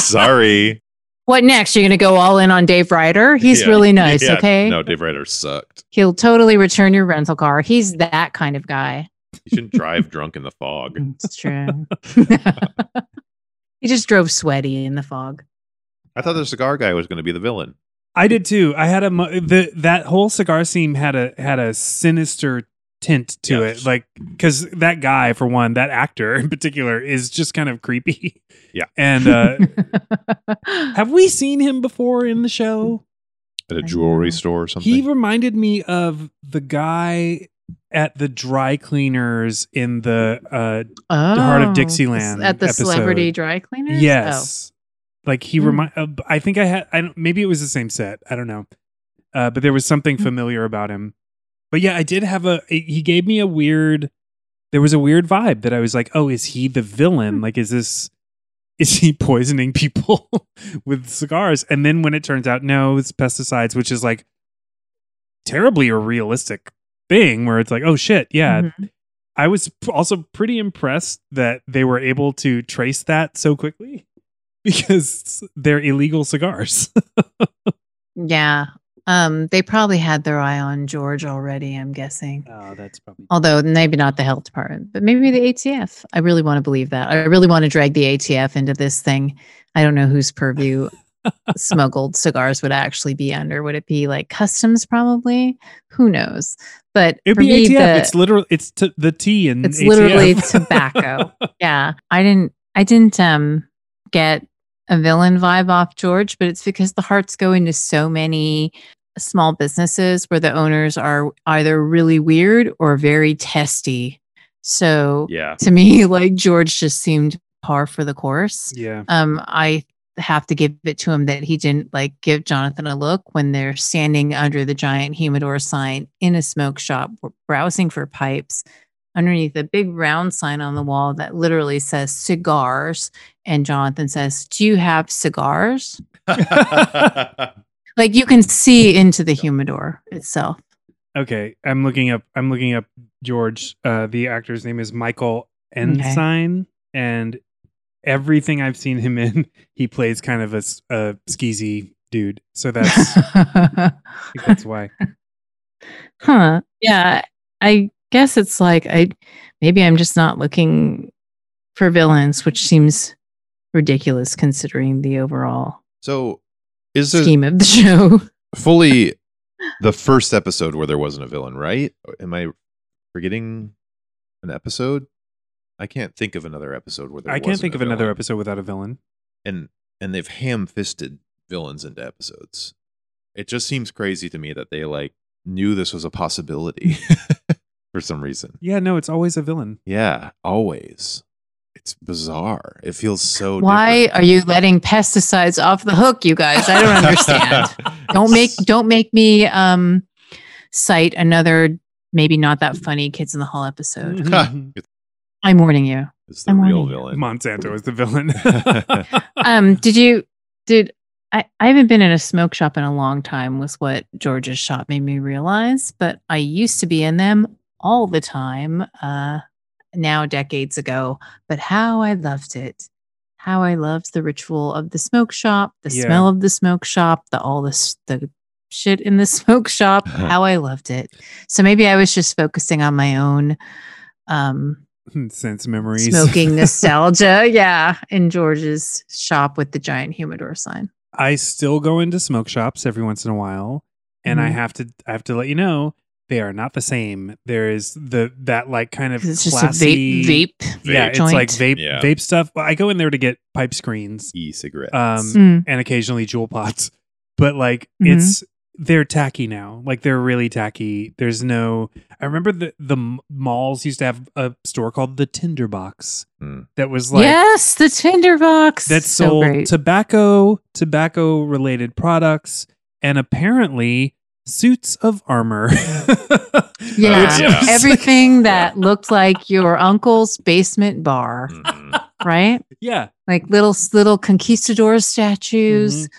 Sorry.
What next? You're going to go all in on Dave Ryder? He's
Yeah.
really nice,
Yeah.
okay?
No, Dave Ryder sucked.
He'll totally return your rental car. He's that kind of guy.
You shouldn't drive drunk in the fog.
It's true. he just drove sweaty in the fog.
I thought the cigar guy was going to be the villain.
I did too. I had a mo- the that whole cigar scene had a had a sinister tint to
Yes.
it, like because that guy for one, that actor in particular, is just kind of creepy.
Yeah.
and uh, have we seen him before in the show?
At
I
a jewelry
know.
store or something.
He reminded me of the guy at the dry cleaners in the uh, Heart of
Oh,
Dixieland
at the
episode.
celebrity dry cleaners.
Yes. Like he
Hmm.
remind. Uh, I think I had. I don't, maybe it was the same set. I don't know. Uh, but there was something
Hmm.
familiar about him. But yeah, I did have a. He gave me a weird. There was a weird vibe that I was like, "Oh, is he the
Hmm.
villain? Like, is this? Is he poisoning people with cigars?" And then when it turns out, no, it's pesticides, which is like terribly realistic thing. Where it's like, "Oh shit,
Oh.
yeah,
Mhm.
I was p- also pretty impressed that they were able to trace that so quickly because they're illegal cigars.
Mm-hmm. Yeah. Um, they probably had their eye on George already, I'm guessing.
Oh, that's probably.
Although maybe not the health department, but maybe the ATF. I really want to believe that. I really want to drag the ATF into this thing. I don't know whose purview smuggled cigars would actually be under. Would it be like customs? Probably. Who knows? But
It'd
for
be
me,
ATF.
the-
it's literally it's t- the T in
It's
ATF.
literally tobacco. yeah, I didn't. I didn't um get a villain vibe off George, but it's because the hearts go into so many small businesses where the owners are either really weird or very testy. So
yeah.
to me, like George just seemed par for the course.
yeah.
Um, I have to give it to him that he didn't like give Jonathan a look when they're standing under the giant humidor sign in a smoke shop, browsing for pipes underneath a big round sign on the wall that literally says cigars. And Jonathan says, Do you have cigars? Like you can see into the humidor itself.
Okay, I'm looking up. I'm looking up George. Uh, the actor's name is Michael
Okay.
Ensign, and everything I've seen him in, he plays kind of a, s- a skeezy dude. So that's I think that's why.
Huh. Yeah. I guess it's like I maybe I'm just not looking for villains, which seems ridiculous considering the overall
so is there
scheme of the show.
fully the first episode where there wasn't a villain, right? Am I forgetting an episode? I can't think of another episode where there
I can't
wasn't
think
a
of another
villain.
episode without a villain.
and and they've ham-fisted villains into episodes. It just seems crazy to me that they like knew this was a possibility for some reason.
Yeah, no, it's always a villain.
Yeah, always. It's bizarre. It feels so.
Why
different.
are you letting pesticides off the hook, you guys? I don't understand. don't make don't make me um cite another maybe not that funny kids in the hall
Mm.
episode. I'm warning you.
It's the
I'm
real
warning you.
villain.
Monsanto is the villain.
Um did you did I, I haven't been in a smoke shop in a long time was what George's shop made me realize, but I used to be in them all the time uh, now decades ago, but how I loved it. How I loved the ritual of the smoke shop, the
Yeah.
smell of the smoke shop, the all this the shit in the smoke shop. how I loved it. So maybe I was just focusing on my own um
Sense memories.
smoking nostalgia. Yeah, in George's shop with the giant humidor sign.
I still go into smoke shops every once in a while, and I
Mhm.
have to I have to let you know they are not the same. There is the that like kind of
'Cause It's just
classy,
a vape vape.
yeah, it's like vape
joint.
Yeah.
vape stuff. Well, I go in there to get pipe screens
E cigarettes.
um,
Mm.
and occasionally jewel pots, but like
Mhm.
it's they're tacky now. Like they're really tacky. There's no. I remember the the m- malls used to have a store called the Tinderbox
Hmm.
that was like
yes, the tinderbox.
that
so
sold
great.
tobacco tobacco related products and apparently suits of armor
Yeah.
Which
Yeah.
was-
Everything that looked like your uncle's basement
Mm.
bar,
Mhm.
right?
yeah
Like little little conquistador statues,
yes.
um,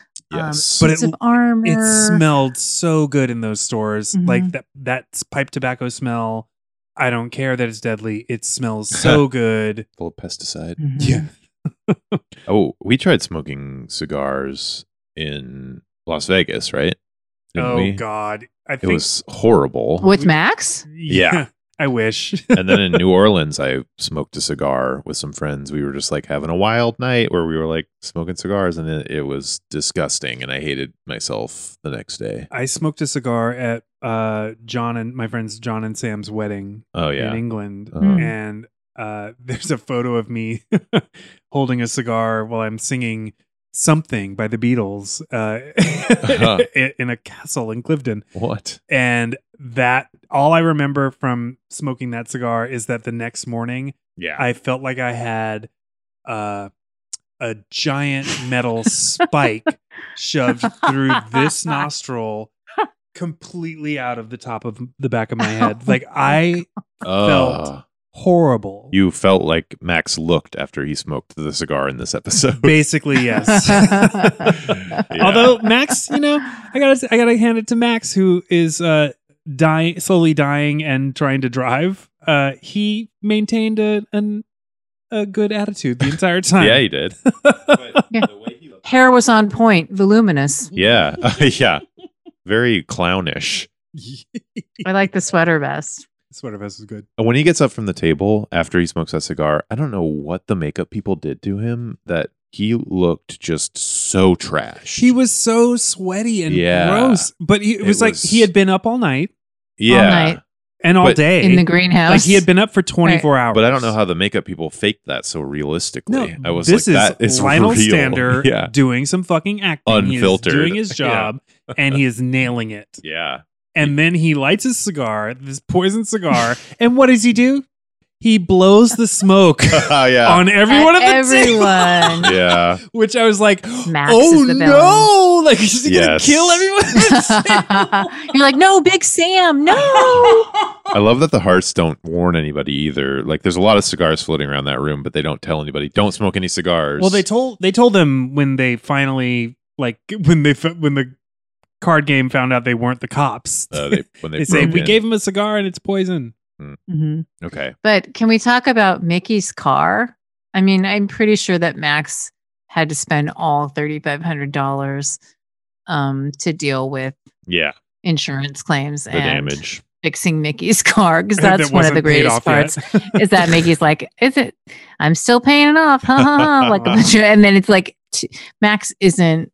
Mm-hmm. But it-
suits of armor.
it smelled so good in those stores like
Mhm.
that that pipe tobacco smell i don't care that it's deadly it smells so good
full of pesticide.
Mhm.
Oh, we tried smoking cigars in Las Vegas, right? Didn't
oh
we?
god i
It
think
was horrible.
With Max?
yeah,
Yeah.
i wish
and then in New Orleans, I smoked a cigar with some friends. We were just like having a wild night where we were like smoking cigars, and it, it was disgusting. And I hated myself the next day.
i smoked a cigar at uh john and my friends john and sam's wedding
Oh
in
yeah,
england
Uh,
Mm.
and uh, there's a photo of me holding a cigar while I'm singing something by the Beatles uh,
Uh-huh.
in- in a castle in Clifton.
what?
And that all I remember from smoking that cigar is that the next morning
Yeah,
I felt like I had uh, a giant metal spike shoved through this nostril. Completely out of the top of the back of my head.
Oh
Like
my
I felt- horrible.
Ah. you felt like Max looked after he smoked the cigar in this episode.
Basically, yes.
Yeah.
Although Max, you know, I gotta I gotta hand it to Max, who is uh dying slowly dying and trying to drive. Uh he maintained a an a good attitude the entire time.
yeah, he did.
Yeah. Hair was on point, voluminous.
yeah, uh, yeah, very clownish.
I like the sweater best.
Sweater vest was good.
when he gets up from the table after he smokes that cigar, I don't know what the makeup people did to him that he looked just so trash.
He was so sweaty and
Yeah.
gross, but he, it
It
was like
was-
he had been up all night
yeah,
all night
and all
But-
day
in the greenhouse.
Like he had been up for twenty four hours.
but I don't know how the makeup people faked that so realistically. I was
this
like, that
is,
is
Lionel
real.
Stander
Yeah,
doing some fucking acting, He is
Unfiltered.
doing his
Yeah.
job, and he is nailing it.
yeah,
And then he lights his cigar, this poison cigar, and what does he do? He blows the smoke
yeah,
on
At
everyone at, the table,
everyone.
yeah.
which I was like,
Max
oh
is the
no, like he's gonna
Yes.
kill everyone. at the table.
You're like, no, Big Sam, no.
I love that the hearts don't warn anybody either. Like, there's a lot of cigars floating around that room, but they don't tell anybody. Don't smoke any cigars.
well, they told they told them when they finally like when they f- when the card game found out they weren't the cops.
uh, they when they,
they say
broke
we
in."
gave him a cigar and it's poison.
Mhm.
okay.
But can we talk about Mickey's car? I mean, I'm pretty sure that Max had to spend all $3,500 um, to deal with
Yeah,
insurance claims
the
and
damage.
fixing Mickey's car because
That
that's one of
wasn't
the
paid
greatest
off yet.
parts. is that Mickey's like, is it? I'm still paying it off, huh? huh, huh," like, and then it's like t- Max isn't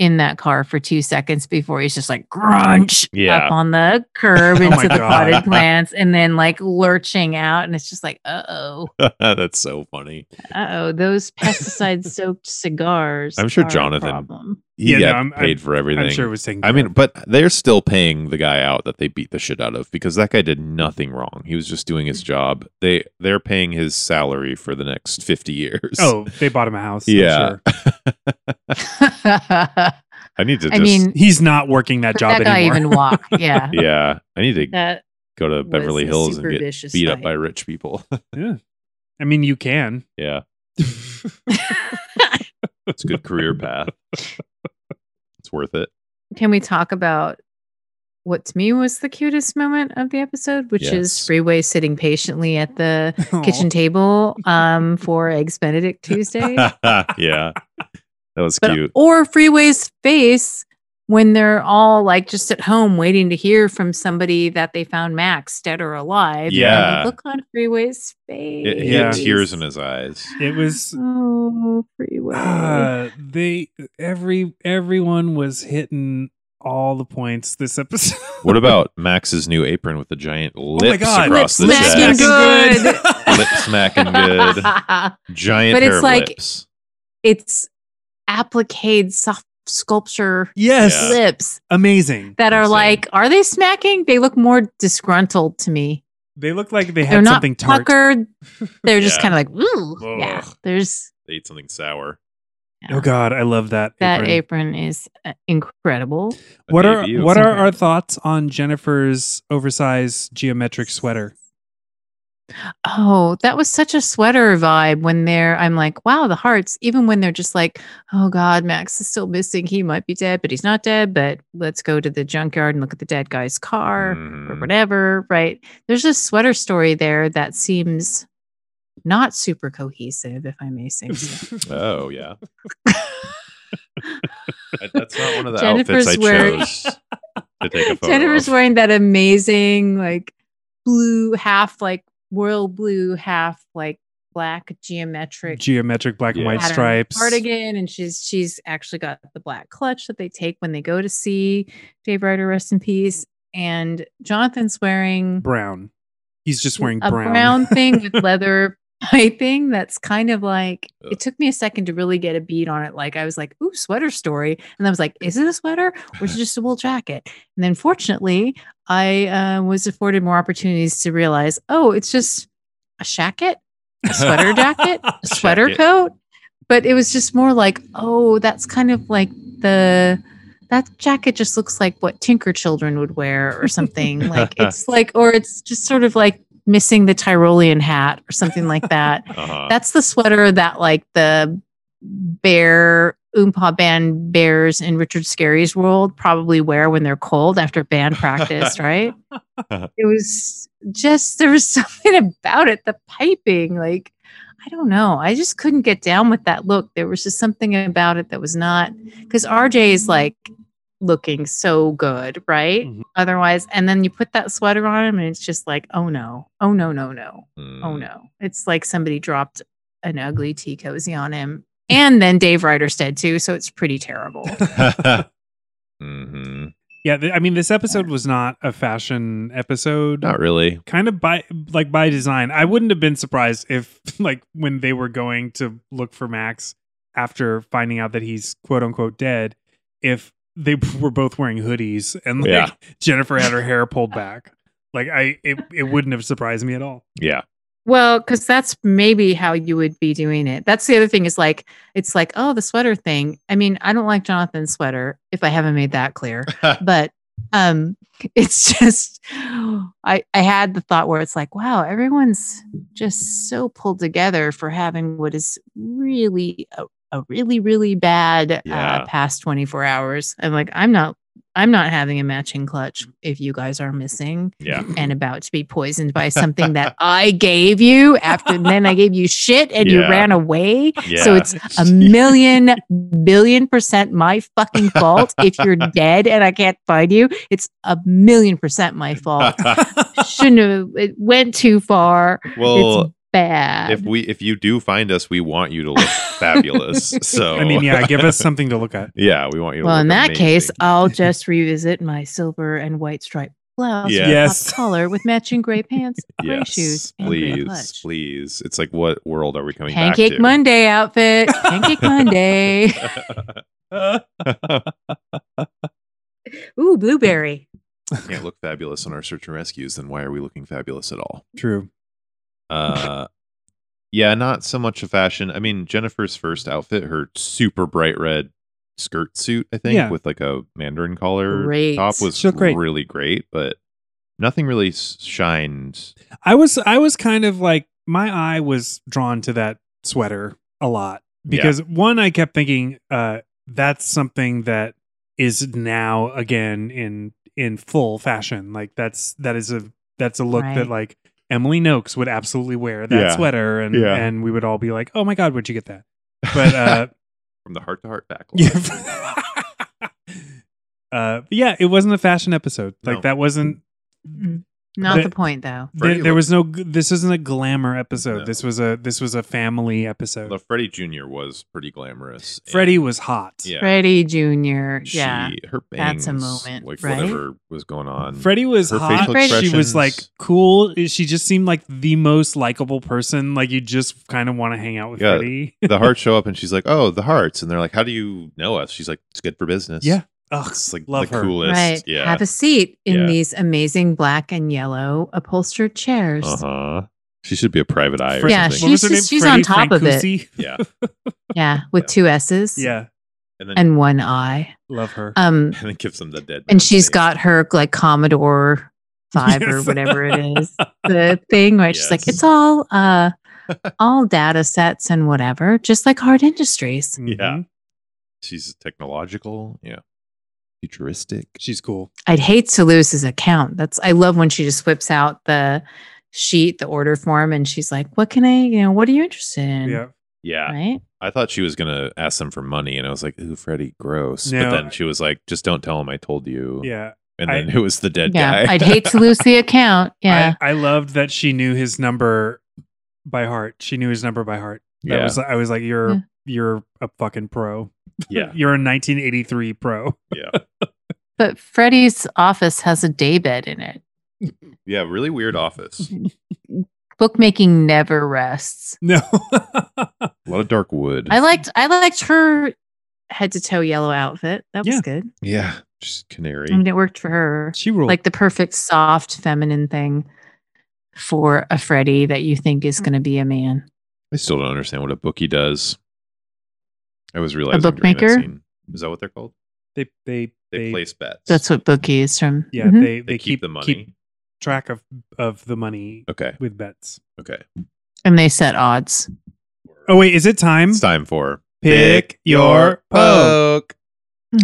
in that car for two seconds before he's just like grunch
Yeah.
up on the curb
Oh my
into the
God.
potted plants, and then like lurching out, and it's just like, uh oh,
That's so funny.
uh oh, those pesticide-soaked cigars.
I'm sure
are a
Jonathan-
problem.
He
Yeah, no,
got
I'm-
paid
I'm-
for everything.
I'm sure it was taken.
I
care
mean,
of.
but they're still paying the guy out that they beat the shit out of because that guy did nothing wrong. He was just doing his job. They they're paying his salary for the next fifty years.
oh, they bought him a house. I'm
Yeah.
sure.
I
I need to. Just,
mean,
he's not working that
could
job
that guy
anymore.
even walk? Yeah,
yeah, I need to
that
go to
was
Beverly
a
Hills and
super
get
vicious
beat up
fight.
by rich people.
I mean, you can.
yeah, it's a good career path. It's worth it.
Can we talk about what to me was the cutest moment of the episode, which
Yes.
is Freeway sitting patiently at the kitchen
Aw.
table um, for Eggs Benedict Tuesday.
yeah. That was
but
cute.
or freeway's face when they're all like just at home waiting to hear from somebody that they found max dead or alive And, like,
Yeah.
look on freeway's face
It- He
Yeah.
had tears in his eyes.
It was
oh freeway
uh, they every everyone was hitting all the points this episode. Oh
What about Max's new apron with the giant lips
my God.
across
Lip
the
smacking
chest?
good.
Lip smacking good. Giant
But
pair
it's
of
like-
lips.
it's applique soft sculpture
yes,
Yeah.
lips
amazing.
that are
Insane.
like are they smacking they look more disgruntled to me
They look like they
they're
had
not
something tart.
puckered they're just
Yeah.
kind of like ooh yeah
Ugh.
there's
They ate something sour.
Oh God, I love that.
That
apron.
apron, is uh, incredible.
A
What are
debut.
what are
Something.
our thoughts on Jennifer's oversized geometric sweater?
Oh, that was such a sweater vibe when they're, I'm like, wow, the hearts, even when they're just like, oh God, Max is still missing. He might be dead, but he's not dead. But let's go to the junkyard and look at the dead guy's car
Mm-hmm.
or
Mhm.
whatever, right? There's a sweater story there that seems not super cohesive, if I may say so.
Oh yeah. I- That's not one of the
Jennifer's
outfits I
wearing-
chose to take a photo
Jennifer's
of.
wearing that amazing like blue half like royal blue half like black geometric
geometric black and
Yeah.
white
pattern
stripes.
cardigan and she's she's actually got the black clutch that they take when they go to see Dave Ryder rest in peace and Jonathan's wearing
Brown. He's just wearing
Mm-hmm. a
brown.
thing with leather piping that's kind of like
Ugh.
it took me a second to really get a beat on it like i was like ooh sweater story and i was like is it a sweater or is it just a wool jacket and then fortunately i uh, was afforded more opportunities to realize oh it's just a shacket a sweater jacket a sweater
Shacket.
coat but it was just more like oh that's kind of like the that jacket just looks like what tinker children would wear or something like it's like or it's just sort of like missing the tyrolean hat or something like that
Uh-huh.
that's the sweater that like the bear oompa band bears in richard scarry's world probably wear when they're cold after band practice right it was just there was something about it the piping like i don't know i just couldn't get down with that look there was just something about it that was not because rj is like looking so good right
Mhm.
otherwise and then you put that sweater on him and it's just like oh no oh no no no
Mm.
oh no it's like somebody dropped an ugly tea cozy on him and then dave ryder's dead too so it's pretty terrible
Mhm.
Yeah, th- I mean this episode was not a fashion episode.
Not really.
Kind of by like by design. I wouldn't have been surprised if like when they were going to look for Max after finding out that he's quote unquote dead, if they were both wearing hoodies and like
Yeah.
Jennifer had her hair pulled back. Like I it, it wouldn't have surprised me at all.
Yeah.
Well, because that's maybe how you would be doing it. That's the other thing is like, it's like, oh, the sweater thing. I mean, I don't like Jonathan's sweater, if I haven't made that clear. but um it's just I I had the thought where it's like, wow, everyone's just so pulled together for having what is really a, a really, really bad
Yeah.
uh, past 24 hours. I'm like, I'm not I'm not having a matching clutch if you guys are missing
Yeah.
and about to be poisoned by something that I gave you after and then I gave you shit and you
Yeah.
ran away.
Yeah.
So it's a million billion percent my fucking fault if you're dead and I can't find you. It's a million percent my fault. Shouldn't have it went too far.
well,
it's bad.
if we if you do find us, we want you to look fabulous. So
I mean, yeah, give us something to look at.
yeah, we want you to.
well,
look
in that
amazing.
case, I'll just revisit my silver and white striped blouse,
Yeah.
with
Yes.
top collar with matching gray pants, gray
yes,
shoes, and gray
please,
clutch.
please. It's like what world are we coming
Pancake
back to?
Monday outfit. Pancake Monday. Ooh, blueberry.
Can't look fabulous on our search and rescues. Then why are we looking fabulous at all?
True.
Uh, yeah, not so much a fashion. I mean, Jennifer's first outfit, her super bright red skirt suit, I think,
Yeah.
with like a mandarin collar
Great.
top was
She looked great.
really great, but nothing really s- shined.
I was I was kind of like my eye was drawn to that sweater a lot because one I kept thinking uh that's something that is now again in in full fashion. Like that's that is a that's a look that
Right.
like Emily Noakes would absolutely wear that
Yeah.
sweater, and
Yeah.
and we would all be like, oh my god, where'd you get that? But uh,
From the heart to heart backlog.
yeah. uh, but yeah, it wasn't a fashion episode. Like
No.
that wasn't
Mm. Not
But-
the point, though.
there,
Freddie
there
looked-
was no. g- This isn't a glamour episode.
No.
This was a this was a family episode.
Although Freddie Jr. was pretty glamorous. and-
Freddie was hot.
yeah,
Freddie Jr.
she,
yeah.
her bangs,
That's a moment,
like
right?
whatever was going on.
Freddie was
Her
hot. She
facial
was
expressions.
like cool. She just seemed like the most likable person. Like you just kind of want to hang out with
Yeah.
Freddie.
the hearts show up, and she's like, "Oh, the hearts," and they're like, "How do you know us?" She's like, "It's good for business."
Yeah. Ugh,
it's like
love
the
her.
coolest.
Right.
Yeah.
Have a seat in
Yeah.
these amazing black and yellow upholstered chairs.
Uh huh. She should be a private eye. Or
Fre-
Yeah,
something.
what was
she's
her
just-
name?
she's on
Freddie
top of it.
Francucci?
yeah.
Yeah, with
Yeah.
two S's
Yeah,
And then
and one I.
love her.
Um,
and then gives them the dead.
and
man's
she's
face.
got her like Commodore five or
Yes.
whatever it is, the thing right. She's like,
Yes.
it's all uh, all data sets and whatever, just like Hard Industries.
Mhm.
yeah. She's technological. Yeah. Futuristic.
she's cool.
I'd hate to lose his account. That's I love when she just whips out the sheet, the order form, and she's like, "What can I? You know, what are you interested in?"
Yeah,
Yeah.
Right?
I thought she was gonna ask them for money, and I was like, "Ooh, Freddie, gross."
No.
But then she was like, "Just don't tell him I told you."
yeah.
And then it was the dead
yeah.
guy.
I'd hate to lose the account. Yeah.
I, I loved that she knew his number by heart. She knew his number by heart. That
yeah.
was I was like, you're
Yeah.
you're a fucking pro.
yeah.
You're a 1983 pro.
but Freddie's office has a daybed in it.
Yeah. Really weird office.
Bookmaking never rests.
No,
A lot of dark wood.
I liked I liked her head to toe yellow outfit. That was
Yeah.
good.
yeah. She's canary.
I mean, it worked for her.
she ruled.
Like the perfect soft feminine thing for a Freddie that you think is going to be a man.
I still don't understand what a bookie does. I was realizing during that
bookmaker?
scene. Is that what they're called?
they they
They, place bets.
That's what bookie is from.
yeah
Mhm.
they,
they, keep, the money.
track of of the money
Okay.
with bets.
Okay.
and they set odds.
Oh wait, is it time?
It's time for
po.
poke.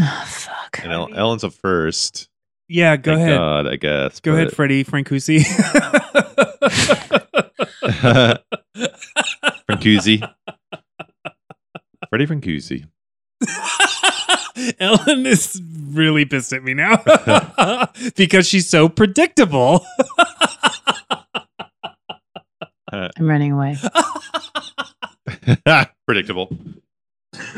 Oh, fuck.
And El- Ellen's up first.
Yeah, go
Thank
ahead.
God, I guess.
Go ahead, Freddie Francusi.
ahead. Francusi. Freddie Francusi.
Ellen is really pissed at me now because she's so predictable.
I'm running away.
Predictable.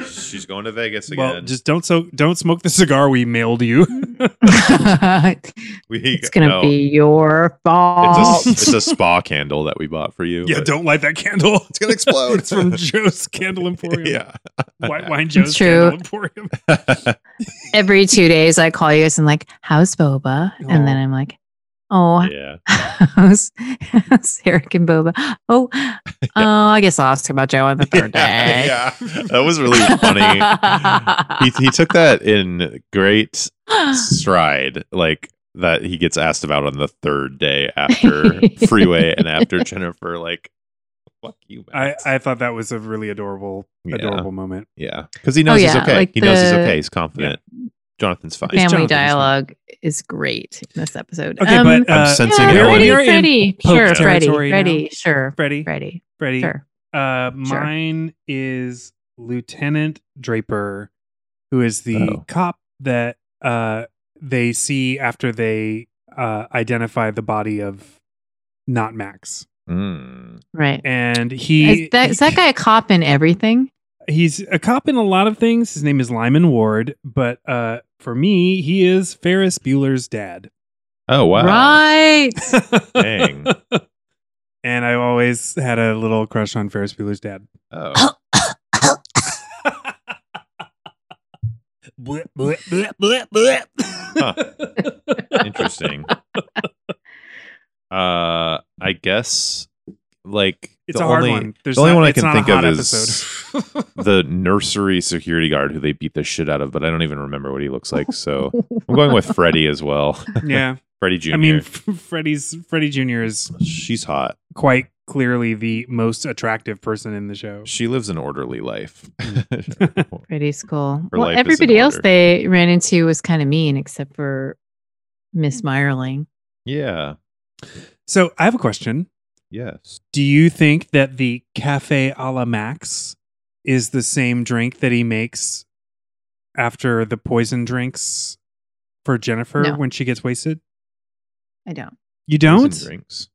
She's going to Vegas again.
well, just don't so don't smoke the cigar we mailed you.
it's
we,
gonna
no.
be your fault.
It's a, it's a spa candle that we bought for you.
yeah,
but-
don't light that candle. It's
gonna explode.
it's from Joe's Candle Emporium.
Yeah.
White Wine Joe's
true.
Candle Emporium.
Every two days, I call you guys and like, how's Boba? And then
Oh.
I'm like, oh,
yeah.
how's how's Eric and Boba? Oh, oh, I guess I'll ask about Joe on the third day.
Yeah. That was really funny. he, he took that in great stride, like that he gets asked about on the third day after Freeway and after Jennifer, like, fuck you,
I,
Max.
I thought that was a really adorable,
Yeah.
adorable moment.
yeah. Because he knows he's
Oh, yeah,
okay.
like
he knows he's
the-
okay. He's confident. Jonathan's fine.
It's
Family
Jonathan's one.
dialogue is great in this episode.
Okay,
Um,
but uh,
I'm sensing
we're-
yeah,
Ellen.
Freddie,
we're in
Freddie.
Pope
Sure, Freddie,
territory now.
Freddie, sure,
Freddie,
Freddie,
Freddie.
sure.
Uh,
Sure.
mine is Lieutenant Draper, who is the
Oh.
cop that uh they see after they uh identify the body of not Max,
Mm.
Right.
and he
Is that, is that guy a cop in everything?
he's a cop in a lot of things. His name is Lyman Ward, but uh for me, he is Ferris Bueller's dad.
Oh, wow.
Right.
Dang.
And I've always had a little crush on Ferris Bueller's dad.
Oh.
blip, blip, blip, blip, blip.
Interesting. uh, I guess like
It's
the
a hard
only,
one. There's
the only
not-
one I
it's
can
not a
think of
hot
is
episode.
the nursery security guard who they beat the shit out of, but I don't even remember what he looks like. So I'm going with Freddie as well.
yeah,
Freddie Jr.
I mean, Freddie's Freddie Jr. is
she's hot.
quite clearly the most attractive person in the show.
She lives an orderly life.
Pretty cool.
Her
Well,
life is in
everybody else
order.
they ran into was kind of mean, except for
Hmm.
Miss Meyerling.
Yeah.
So I have a question.
Yes.
Do you think that the cafe a la Max is the same drink that he makes after the poison drinks for Jennifer
No.
when she gets wasted?
I don't.
You
Poison
don't?
Drinks.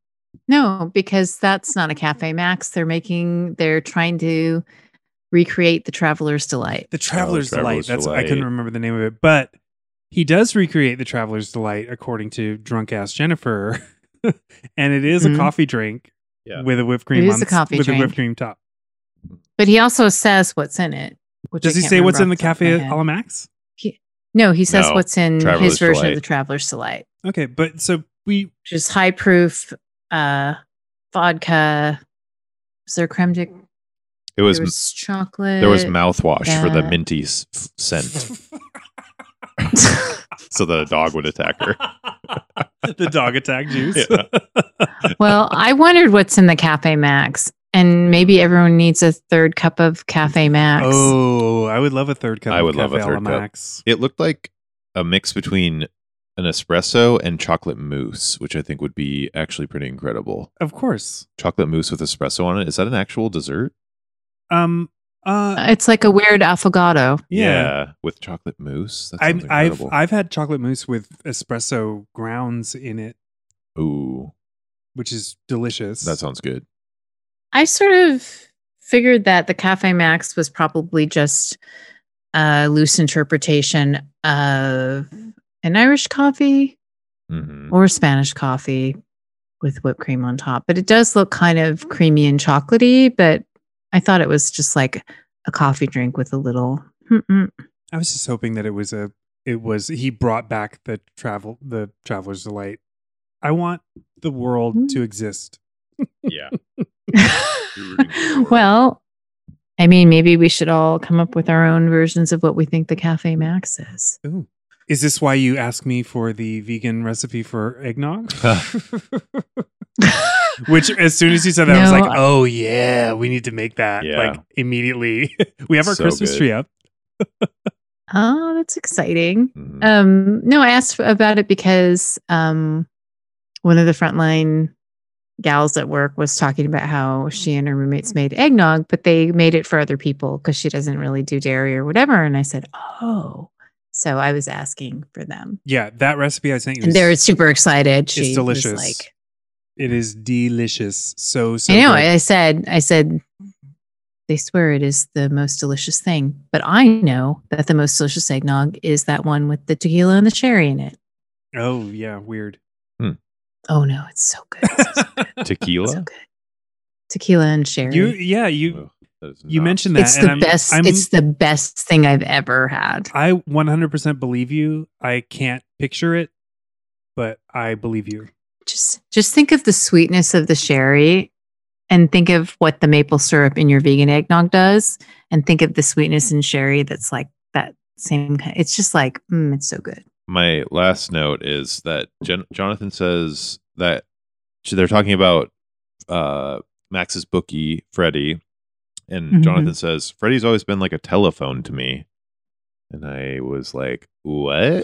No, because that's not a Cafe Max. They're making, they're trying to recreate the Traveler's Delight.
The Traveler's Delight.
Traveler's
That's I couldn't
Delight.
remember the name of it, but he does recreate the Traveler's Delight according to drunk ass Jennifer, and it is
Mhm.
a coffee drink
Yeah.
with a whipped cream.
is
on
a
s-
coffee
with a
drink.
whipped cream top.
But he also says what's in it. Which
Does
I
he
can't
say what's in
remember
the
off top of
cafe
my
a
head.
la Max?
No, he says
No,
what's in his
Traveler's
version
Delight.
of the Traveler's Delight,
Okay, but so we
which is high proof uh, vodka. Is there creme de?
It was
there was chocolate.
there was mouthwash for the
that-
minty s- f- scent, so the dog would attack her.
the dog attack juice.
Yeah.
well, I wondered what's in the Cafe Max, and maybe everyone needs a third cup of Cafe Max.
Oh, I would love a third cup.
I would
of
love a
Cafe la
third cup.
Max.
It looked like a mix between an espresso and chocolate mousse, which I think would be actually pretty incredible.
Of course.
Chocolate mousse with espresso on it. Is that an actual dessert?
Um. Uh.
It's like a weird affogato.
yeah.
with chocolate mousse. That sounds
I'm, I've
incredible.
I've had chocolate mousse with espresso grounds in it,
Ooh,
which is delicious.
that sounds good.
I sort of figured that the Cafe Max was probably just a loose interpretation of an Irish coffee
hmm
or Spanish coffee with whipped cream on top. But it does look kind of creamy and chocolatey, but I thought it was just like a coffee drink with a little. mm-mm.
I was just hoping that it was a it was he brought back the travel the traveler's delight. I want the world
Hmm.
to exist.
Yeah.
well, I mean, maybe we should all come up with our own versions of what we think the Cafe Max is.
Ooh. Is this why you asked me for the vegan recipe for eggnog? Which, as soon as you said that, I was
No,
like,
I-
"Oh yeah, we need to make that!"
Yeah.
Like immediately, we have our
So
Christmas
good.
tree up.
Oh, that's exciting.
Mhm.
Um, no, I asked about it because um, one of the frontline gals at work was talking about how she and her roommates made eggnog, but they made it for other people because she doesn't really do dairy or whatever. And I said, oh. So I was asking for them.
Yeah, that recipe I sent you.
And
is-
they were super excited. She
delicious.
Was like,
It is delicious. So so.
I know.
good.
I said, I said, they swear it is the most delicious thing, but I know that the most delicious eggnog is that one with the tequila and the sherry in it.
Oh yeah, weird.
Oh no, it's so good. It's so,
Tequila.
so good. Tequila and sherry.
you yeah you
Ugh, that is
you
not-
mentioned that.
it's
and
the
I'm-
best.
I'm-
it's the best thing I've ever had.
I 100% believe you. I can't picture it, but I believe you.
Just just think of the sweetness of the sherry and think of what the maple syrup in your vegan eggnog does and think of the sweetness in sherry that's like that same kind. It's just like, mm, it's so good.
my last note is that Jen- Jonathan says that sh- they're talking about uh, Max's bookie, Freddie, and
Mhm.
Jonathan says Freddie's always been like a telephone to me, and I was like, what?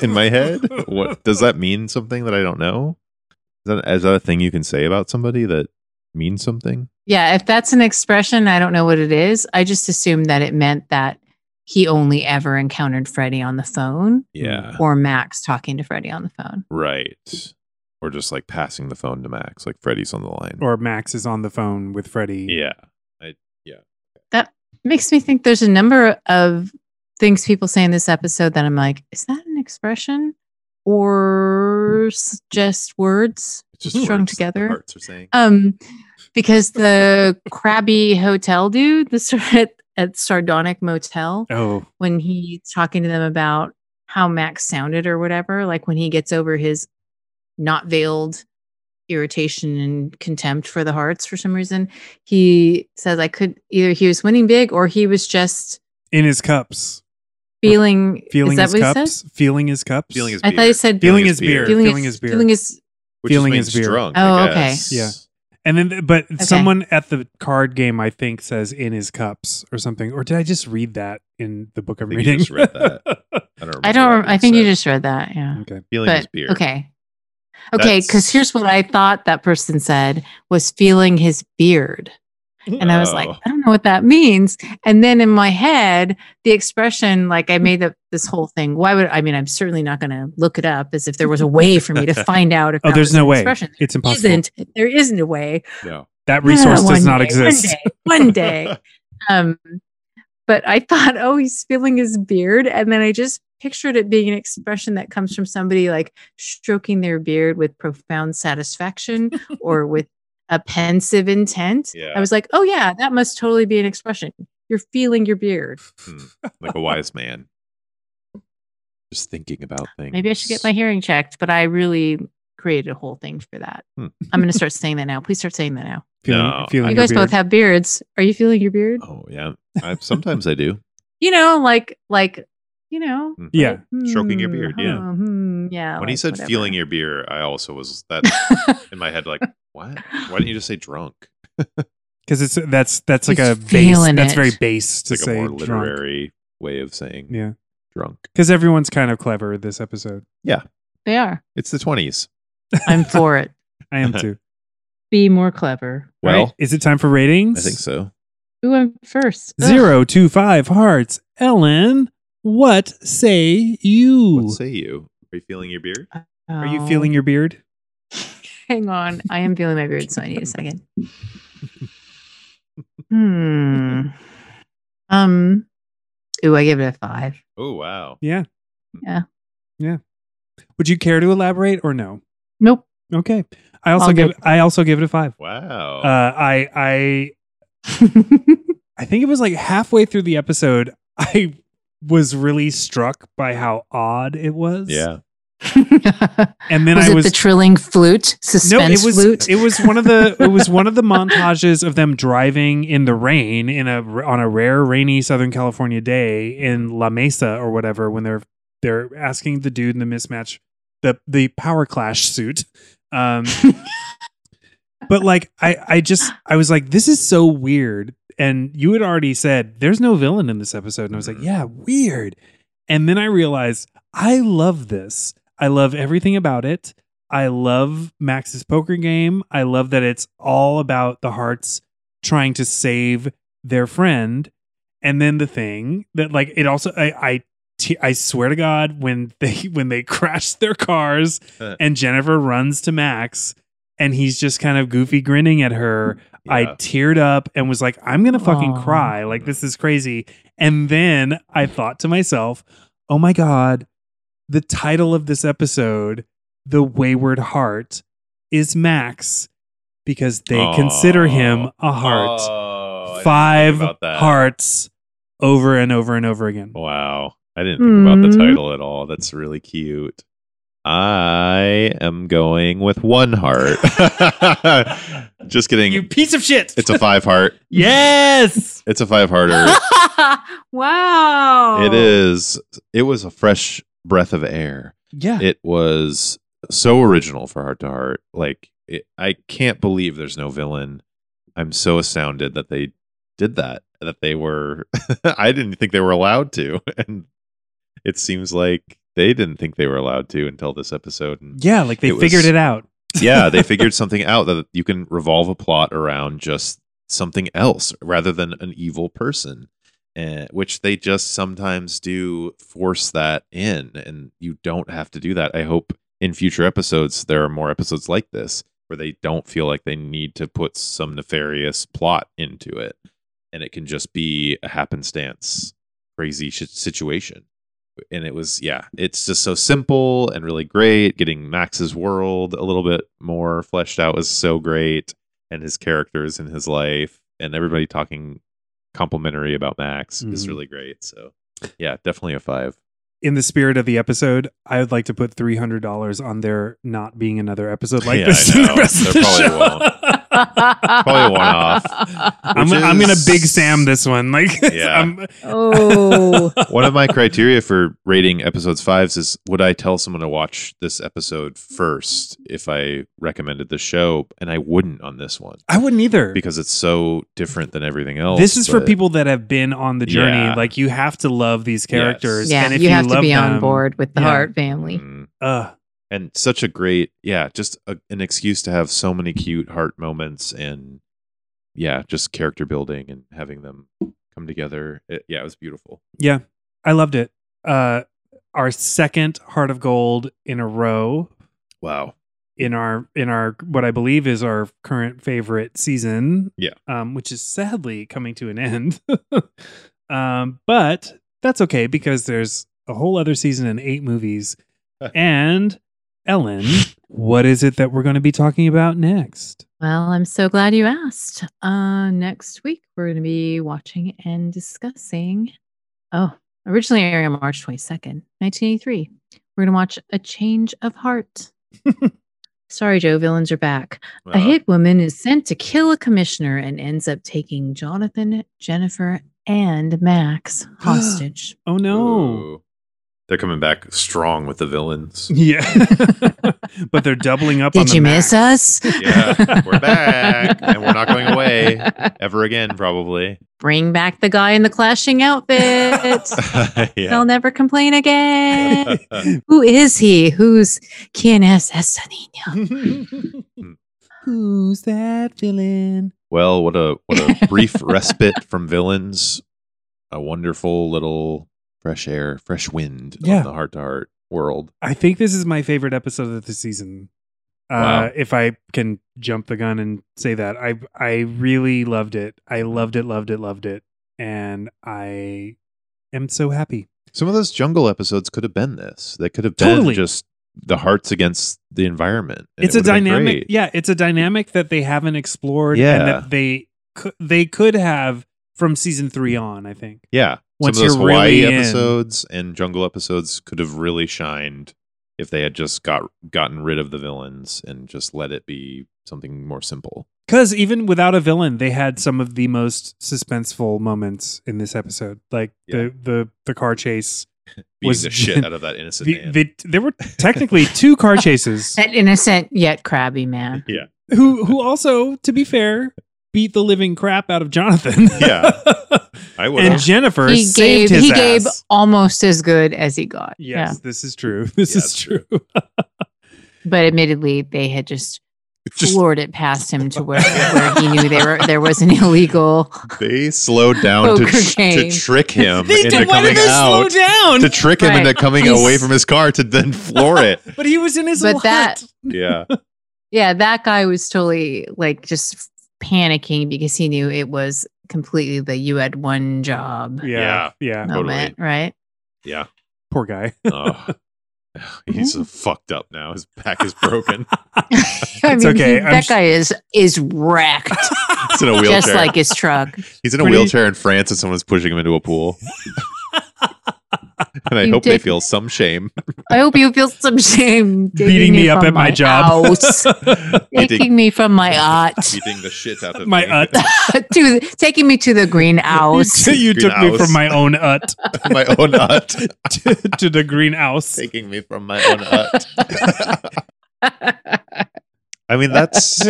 In my head, what does that mean? Something that I don't know. Is that, is that a thing you can say about somebody that means something?
Yeah, if that's an expression, I don't know what it is. I just assumed that it meant that he only ever encountered Freddie on the phone
Yeah,
or Max talking to Freddie on the phone.
right. Or just like passing the phone to Max, like Freddie's on the line.
Or Max is on the phone with Freddie.
yeah,
makes me think there's a number of things people say in this episode that I'm like, is that an expression or s- just words?
it's just
Strung
words that the
together.
Hearts are saying.
Um, because the crabby hotel dude, the sort at, at Sardonic Motel,
Oh,
when he's talking to them about how Max sounded or whatever, like when he gets over his not veiled irritation and contempt for the hearts for some reason, he says I could either he was winning big or he was just
in his cups.
feeling
Feeling
is that
his
what he
cups.
said?
Feeling his cups.
Feeling his
I thought he
beer.
said
Feeling his beer.
feeling,
Feeling
his,
his beer.
Feeling his
Which is
Feeling
when
is beer.
drunk,
Oh,
I
okay.
guess.
Yeah. And then, but someone at the card game, I think, says in his cups or something. Or did I just read that in the book I'm
I think you
reading?
just read that. I don't remember.
I
remember
don't.
what
rem- I
it
think you
said.
just read that. Yeah.
Okay.
feeling his
But
beard.
okay. Okay, because
That's-
here's what I thought that person said was feeling his beard. And I was like,
Oh.
I don't know what that means. And then in my head, the expression, like I made up this whole thing. Why would I mean? I'm certainly not going to look it up as if there was a way for me to find out. If
Oh,
that
there's
was an
no way.
Expression.
It's impossible.
Isn't there isn't a way?
No.
That resource
Yeah,
does
one
not
day,
exist.
One day, one day. um, but I thought, oh, he's feeling his beard, and then I just pictured it being an expression that comes from somebody like stroking their beard with profound satisfaction or with a pensive intent.
Yeah.
I was like, oh yeah, that must totally be an expression. You're feeling your beard.
like a wise man. Just thinking about things.
Maybe I should get my hearing checked, but I really created a whole thing for that.
Hmm.
I'm going to start saying that now. Please start saying that now.
Feeling,
No,
feeling
You
your
guys
beard.
both have beards. Are you feeling your beard?
Oh yeah. I, sometimes I do.
you know, like like you know,
Mhm.
Yeah.
Stroking your
hmm,
beard, yeah.
huh, hmm, yeah.
When he
like,
said
whatever.
feeling your beer, I also was that in my head like, what? Why didn't you just say drunk?
Because it's that's that's like
He's
a base.
feeling
That's
it.
very base
It's
to
like
say
a more
drunk.
literary way of saying
Yeah,
drunk.
because everyone's kind of clever this episode.
they are.
It's the twenties.
I'm for it.
I am too.
Be more clever.
Well,
Right? is it time for ratings?
I think so.
Ooh, I'm first. Ugh.
Zero two five hearts. Ellen, what say you?
What say you? Are you feeling your beard?
Are you
Oh.
feeling your beard?
Hang on, I am feeling my beard, so I need a second. Hmm. Um. Ooh, I give it a five.
Oh wow.
Yeah.
Yeah.
Yeah. Would you care to elaborate or no?
Nope.
Okay. I also
I'll
give
give-
I also give it a five.
Wow.
Uh, I I I think it was like halfway through the episode I was really struck by how odd it was.
yeah.
And then
was
I
it
was
the trilling flute?
no, it
Suspense
was
flute?
it was one of the it was one of the montages of them driving in the rain in a on a rare rainy Southern California day in La Mesa or whatever when they're they're asking the dude in the mismatch the the power clash suit. Um, but like I I just I was like this is so weird and you had already said there's no villain in this episode and I was like
Mhm.
yeah weird and then I realized I love this I love everything about it I love Max's poker game I love that it's all about the hearts trying to save their friend and then the thing that like it also I I t- I swear to God when they when they crash their cars and Jennifer runs to Max and he's just kind of goofy grinning at her. I
Yeah.
teared up and was like, I'm gonna fucking
Aw.
cry. Like this is crazy. And then I thought to myself, oh my God, the title of this episode, The Wayward Heart, is Max because they consider him a heart.
Oh, I didn't think
Five
about that.
hearts over and over and over again.
Wow. I didn't think about the
Mm-hmm.
Mhm.
title at all. That's really cute. I am going with one heart. Just kidding.
You piece of shit.
it's a five heart.
yes.
It's a five hearter.
wow.
It is. It was a fresh breath of air.
Yeah.
It was so original for Heart to Heart. Like, it, I can't believe there's no villain. I'm so astounded that they did that. That they were. I didn't think they were allowed to, and it seems like they didn't think they were allowed to until this episode. And
yeah, like they
it was-
figured it out.
yeah, they figured something out that you can revolve a plot around just something else rather than an evil person, and, which they just sometimes do force that in, and you don't have to do that. I hope in future episodes there are more episodes like this where they don't feel like they need to put some nefarious plot into it, and it can just be a happenstance crazy sh- situation. And it was, yeah, it's just so simple and really great. Getting Max's world a little bit more fleshed out was so great, and his characters and his life, and everybody talking complimentary about Max is
Mhm.
really great. So, yeah, definitely a five.
in the spirit of the episode, I would like to put three hundred dollars on there not being another episode like
Yeah,
this
I
in the
know.
rest of
There
the
probably
show.
Probably
one off.
I'm,
Which
I'm gonna
is-
Big Sam this one. Like,
Yeah.
I'm-
Oh,
One of my criteria for rating episodes fives is would I tell someone to watch this episode first if I recommended the show? And I wouldn't on this one
I wouldn't either.
because it's so different than everything else.
this is for
but-
people that have been on the journey.
Yeah.
Like, you have to love these characters.
yeah.
and if
You have
love
to be on
them,
board with the
yeah.
Hart family.
Mm.
Uh,
and such a great, yeah, just a, an excuse to have so many cute heart moments and yeah, just character building and having them come together. It- yeah, it was beautiful.
yeah, I loved it. Uh, our second Heart of Gold in a row
Wow.
in our in our what I believe is our current favorite season.
Yeah.
Um, which is sadly coming to an end. um, but that's okay because there's a whole other season and eight movies. and Ellen, what is it that we're going to be talking about next?
Well, I'm so glad you asked. Uh, next week, we're going to be watching and discussing. Oh, originally airing on March 22nd, 1983. We're going to watch A Change of Heart. Sorry, Joe, villains are back.
Uh,
A hit woman is sent to kill a commissioner and ends up taking Jonathan, Jennifer, and Max hostage.
Oh no.
Ooh. They're coming back strong with the villains.
Yeah. but they're doubling up on
Did
the
you miss
Mac.
us?
Yeah, we're back, and we're not going away. Ever again, probably.
Bring back the guy in the clashing outfit. They'll never complain again. Who is he? Who's quien es esta niña?
Hmm.
Who's that villain?
Well, what a what a brief respite from villains. A wonderful little fresh air, fresh wind
Yeah.
on the heart to heart world.
I think this is my favorite episode of the season. Uh,
Wow.
If I can jump the gun and say that, I I really loved it. I loved it, loved it, loved it, and I am so happy.
Some of those jungle episodes could have been this. They could have been
Totally.
just the hearts against the environment. and
it's
it
a
would have been
dynamic,
great.
yeah. It's a dynamic that they haven't explored, and
Yeah.
that they cou- they could have from season three on. I think
Yeah.
Once
Some of those
you're
Hawaii
really in.
episodes and jungle episodes could have really shined if they had just got gotten rid of the villains and just let it be something more simple.
because even without a villain, they had some of the most suspenseful moments in this episode, like
Yeah.
the the the car chase.
Beating
Was-
the shit out of that innocent
The,
man.
the, there were technically two car chases.
That innocent yet crabby man.
who who also, to be fair, beat the living crap out of Jonathan.
Yeah. I would
and Jennifer
He
saved
gave
his
he
ass.
gave almost as good as he got.
Yes, this is true. This
Yeah,
is
it's
true.
But admittedly, they had just, floored it past him to where, where he knew there were, there was an illegal.
they slowed down to,
Poker
tr- to
game.
trick him into
did- why
coming
did they slow
out.
down?
To trick him into
Right.
coming
He's-
away from his car to then floor it.
but he was in his
But
lot.
that-
Yeah.
Yeah, that guy was totally like just panicking because he knew it was completely the you had one job
yeah, yeah,
totally.
moment, right?
Yeah.
Poor guy.
Oh. He's fucked up now. His back is broken.
I
It's
mean,
okay,
he-
I'm
that
sh-
guy is is wrecked,
He's in a wheelchair.
just like his truck.
He's in a
Pretty-
wheelchair in France and someone's pushing him into a pool. and I
You
hope they
did-
feel some shame.
I hope you feel some shame
Beating
taking
me up
from
at my job.
house,
You dig-
taking me from my aunt
beating the shit out of
my
me.
ut.
to taking me to the greenhouse.
you took me
Greenhouse.
from my own ut
my own hut.
to, to the greenhouse.
Taking me from my own hut. I mean, that's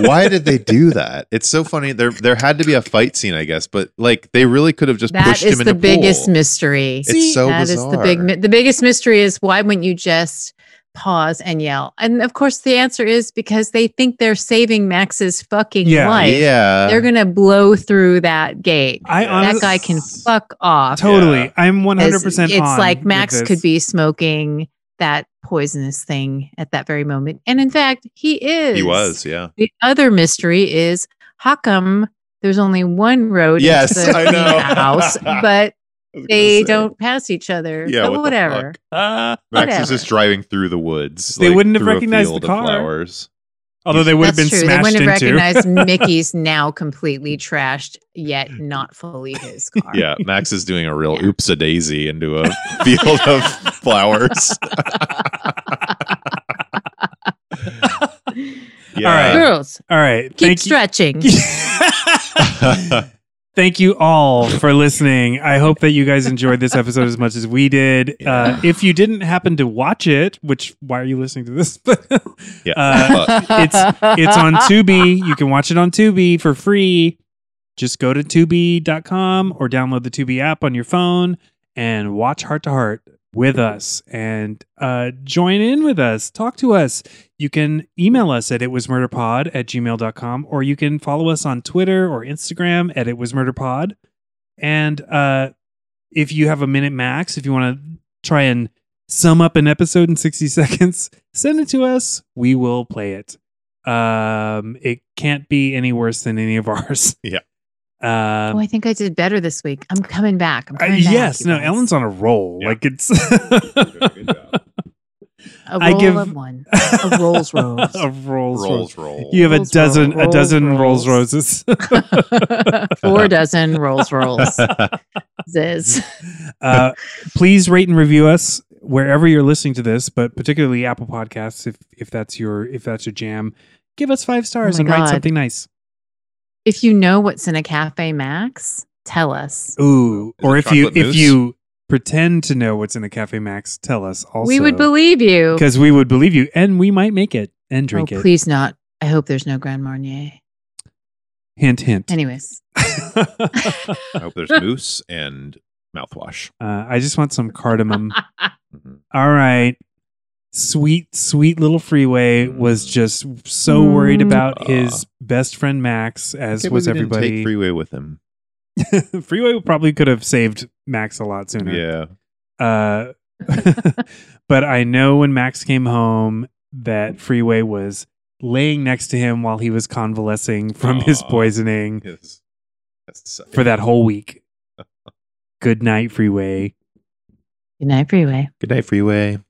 why did they do that? It's so funny. There, there had to be a fight scene, I guess, but like they really could have just
that
pushed
is
him in
the biggest mystery.
It's so
That is
bizarre.
the big mi- the biggest mystery is why wouldn't you just pause and yell? And of course, the answer is because they think they're saving Max's fucking
Yeah.
life.
yeah.
They're gonna blow through that gate.
I
That
honestly,
that guy can fuck off.
totally.
Yeah.
I'm 100
As-
percent.
It's like Max could be smoking that poisonous thing at that very moment, and in fact, he is.
he was, yeah.
The other mystery is how come there's only one road
Yes,
into the
I know.
house, but
I was gonna
they
say.
don't pass each other.
Yeah,
but
what the
whatever.
Uh,
Max
Whatever.
is just driving through the woods.
They wouldn't have
through a
recognized the
field of
car.
Flowers.
although they would have been
That's true. They
smashed
wouldn't have
into.
recognized Mickey's now completely trashed, yet not fully his car.
Yeah, Max is doing a real
Yeah.
oops a daisy into a field of flowers.
right.
Yeah.
Girls,
All right. Thank you.
keep stretching.
Thank you all for listening. I hope that you guys enjoyed this episode as much as we did. Uh, if you didn't happen to watch it, which why are you listening to this?
Yeah.
Uh, it's on Tubi. You can watch it on Tubi for free. Just go to Tubi.com or download the Tubi app on your phone and watch Heart to Heart with us and uh, join in with us. Talk to us. You can email us at itwasmurderpod at gmail.com or you can follow us on Twitter or Instagram at itwasmurderpod. And uh, if you have a minute max, if you want to try and sum up an episode in 60 seconds, send it to us. We will play it. Um, it can't be any worse than any of ours.
Yeah.
Um,
oh, I think I did better this week. I'm coming back. I'm
I-
coming back,
Uh, yes,
you
no,
guys.
Ellen's on a roll.
Yeah.
Like it's
Good job.
A roll
I give- Oh,
of one. A Rolls Royce.
a Rolls Royce.
Rolls roll.
You have a
Rolls
dozen
Royce.
a dozen Rolls
Rolls Royce.
Roses.
Four dozen Rolls Rolls. Ziz.
uh, please rate and review us wherever you're listening to this, but particularly Apple Podcasts if if that's your if that's your jam. Give us five stars
Oh
and
my
write
God.
something nice.
If you know what's in a Cafe Max, tell us.
Ooh,
Is
or
it
if you
chocolate
if
mousse?
you pretend to know what's in a Cafe Max, tell us also.
we would believe you.
because we would believe you, and we might make it and drink
oh,
it.
please not. I hope there's no Grand Marnier.
Hint, hint.
Anyways,
uh,
I hope there's moose and mouthwash.
I just want some cardamom.
Mhm.
All right. Sweet, sweet little freeway was just so worried
Mm.
about his best friend Max, as
Can't
was
believe he Ah. didn't
everybody.
Take freeway with him.
freeway probably could have saved Max a lot sooner.
Yeah.
Uh, but I know when Max came home that Freeway was laying next to him while he was convalescing from his
Aw.
poisoning
Yes. That's-
for that whole week. Good night, Freeway.
good night, eh? Freeway.
Good night, freeway.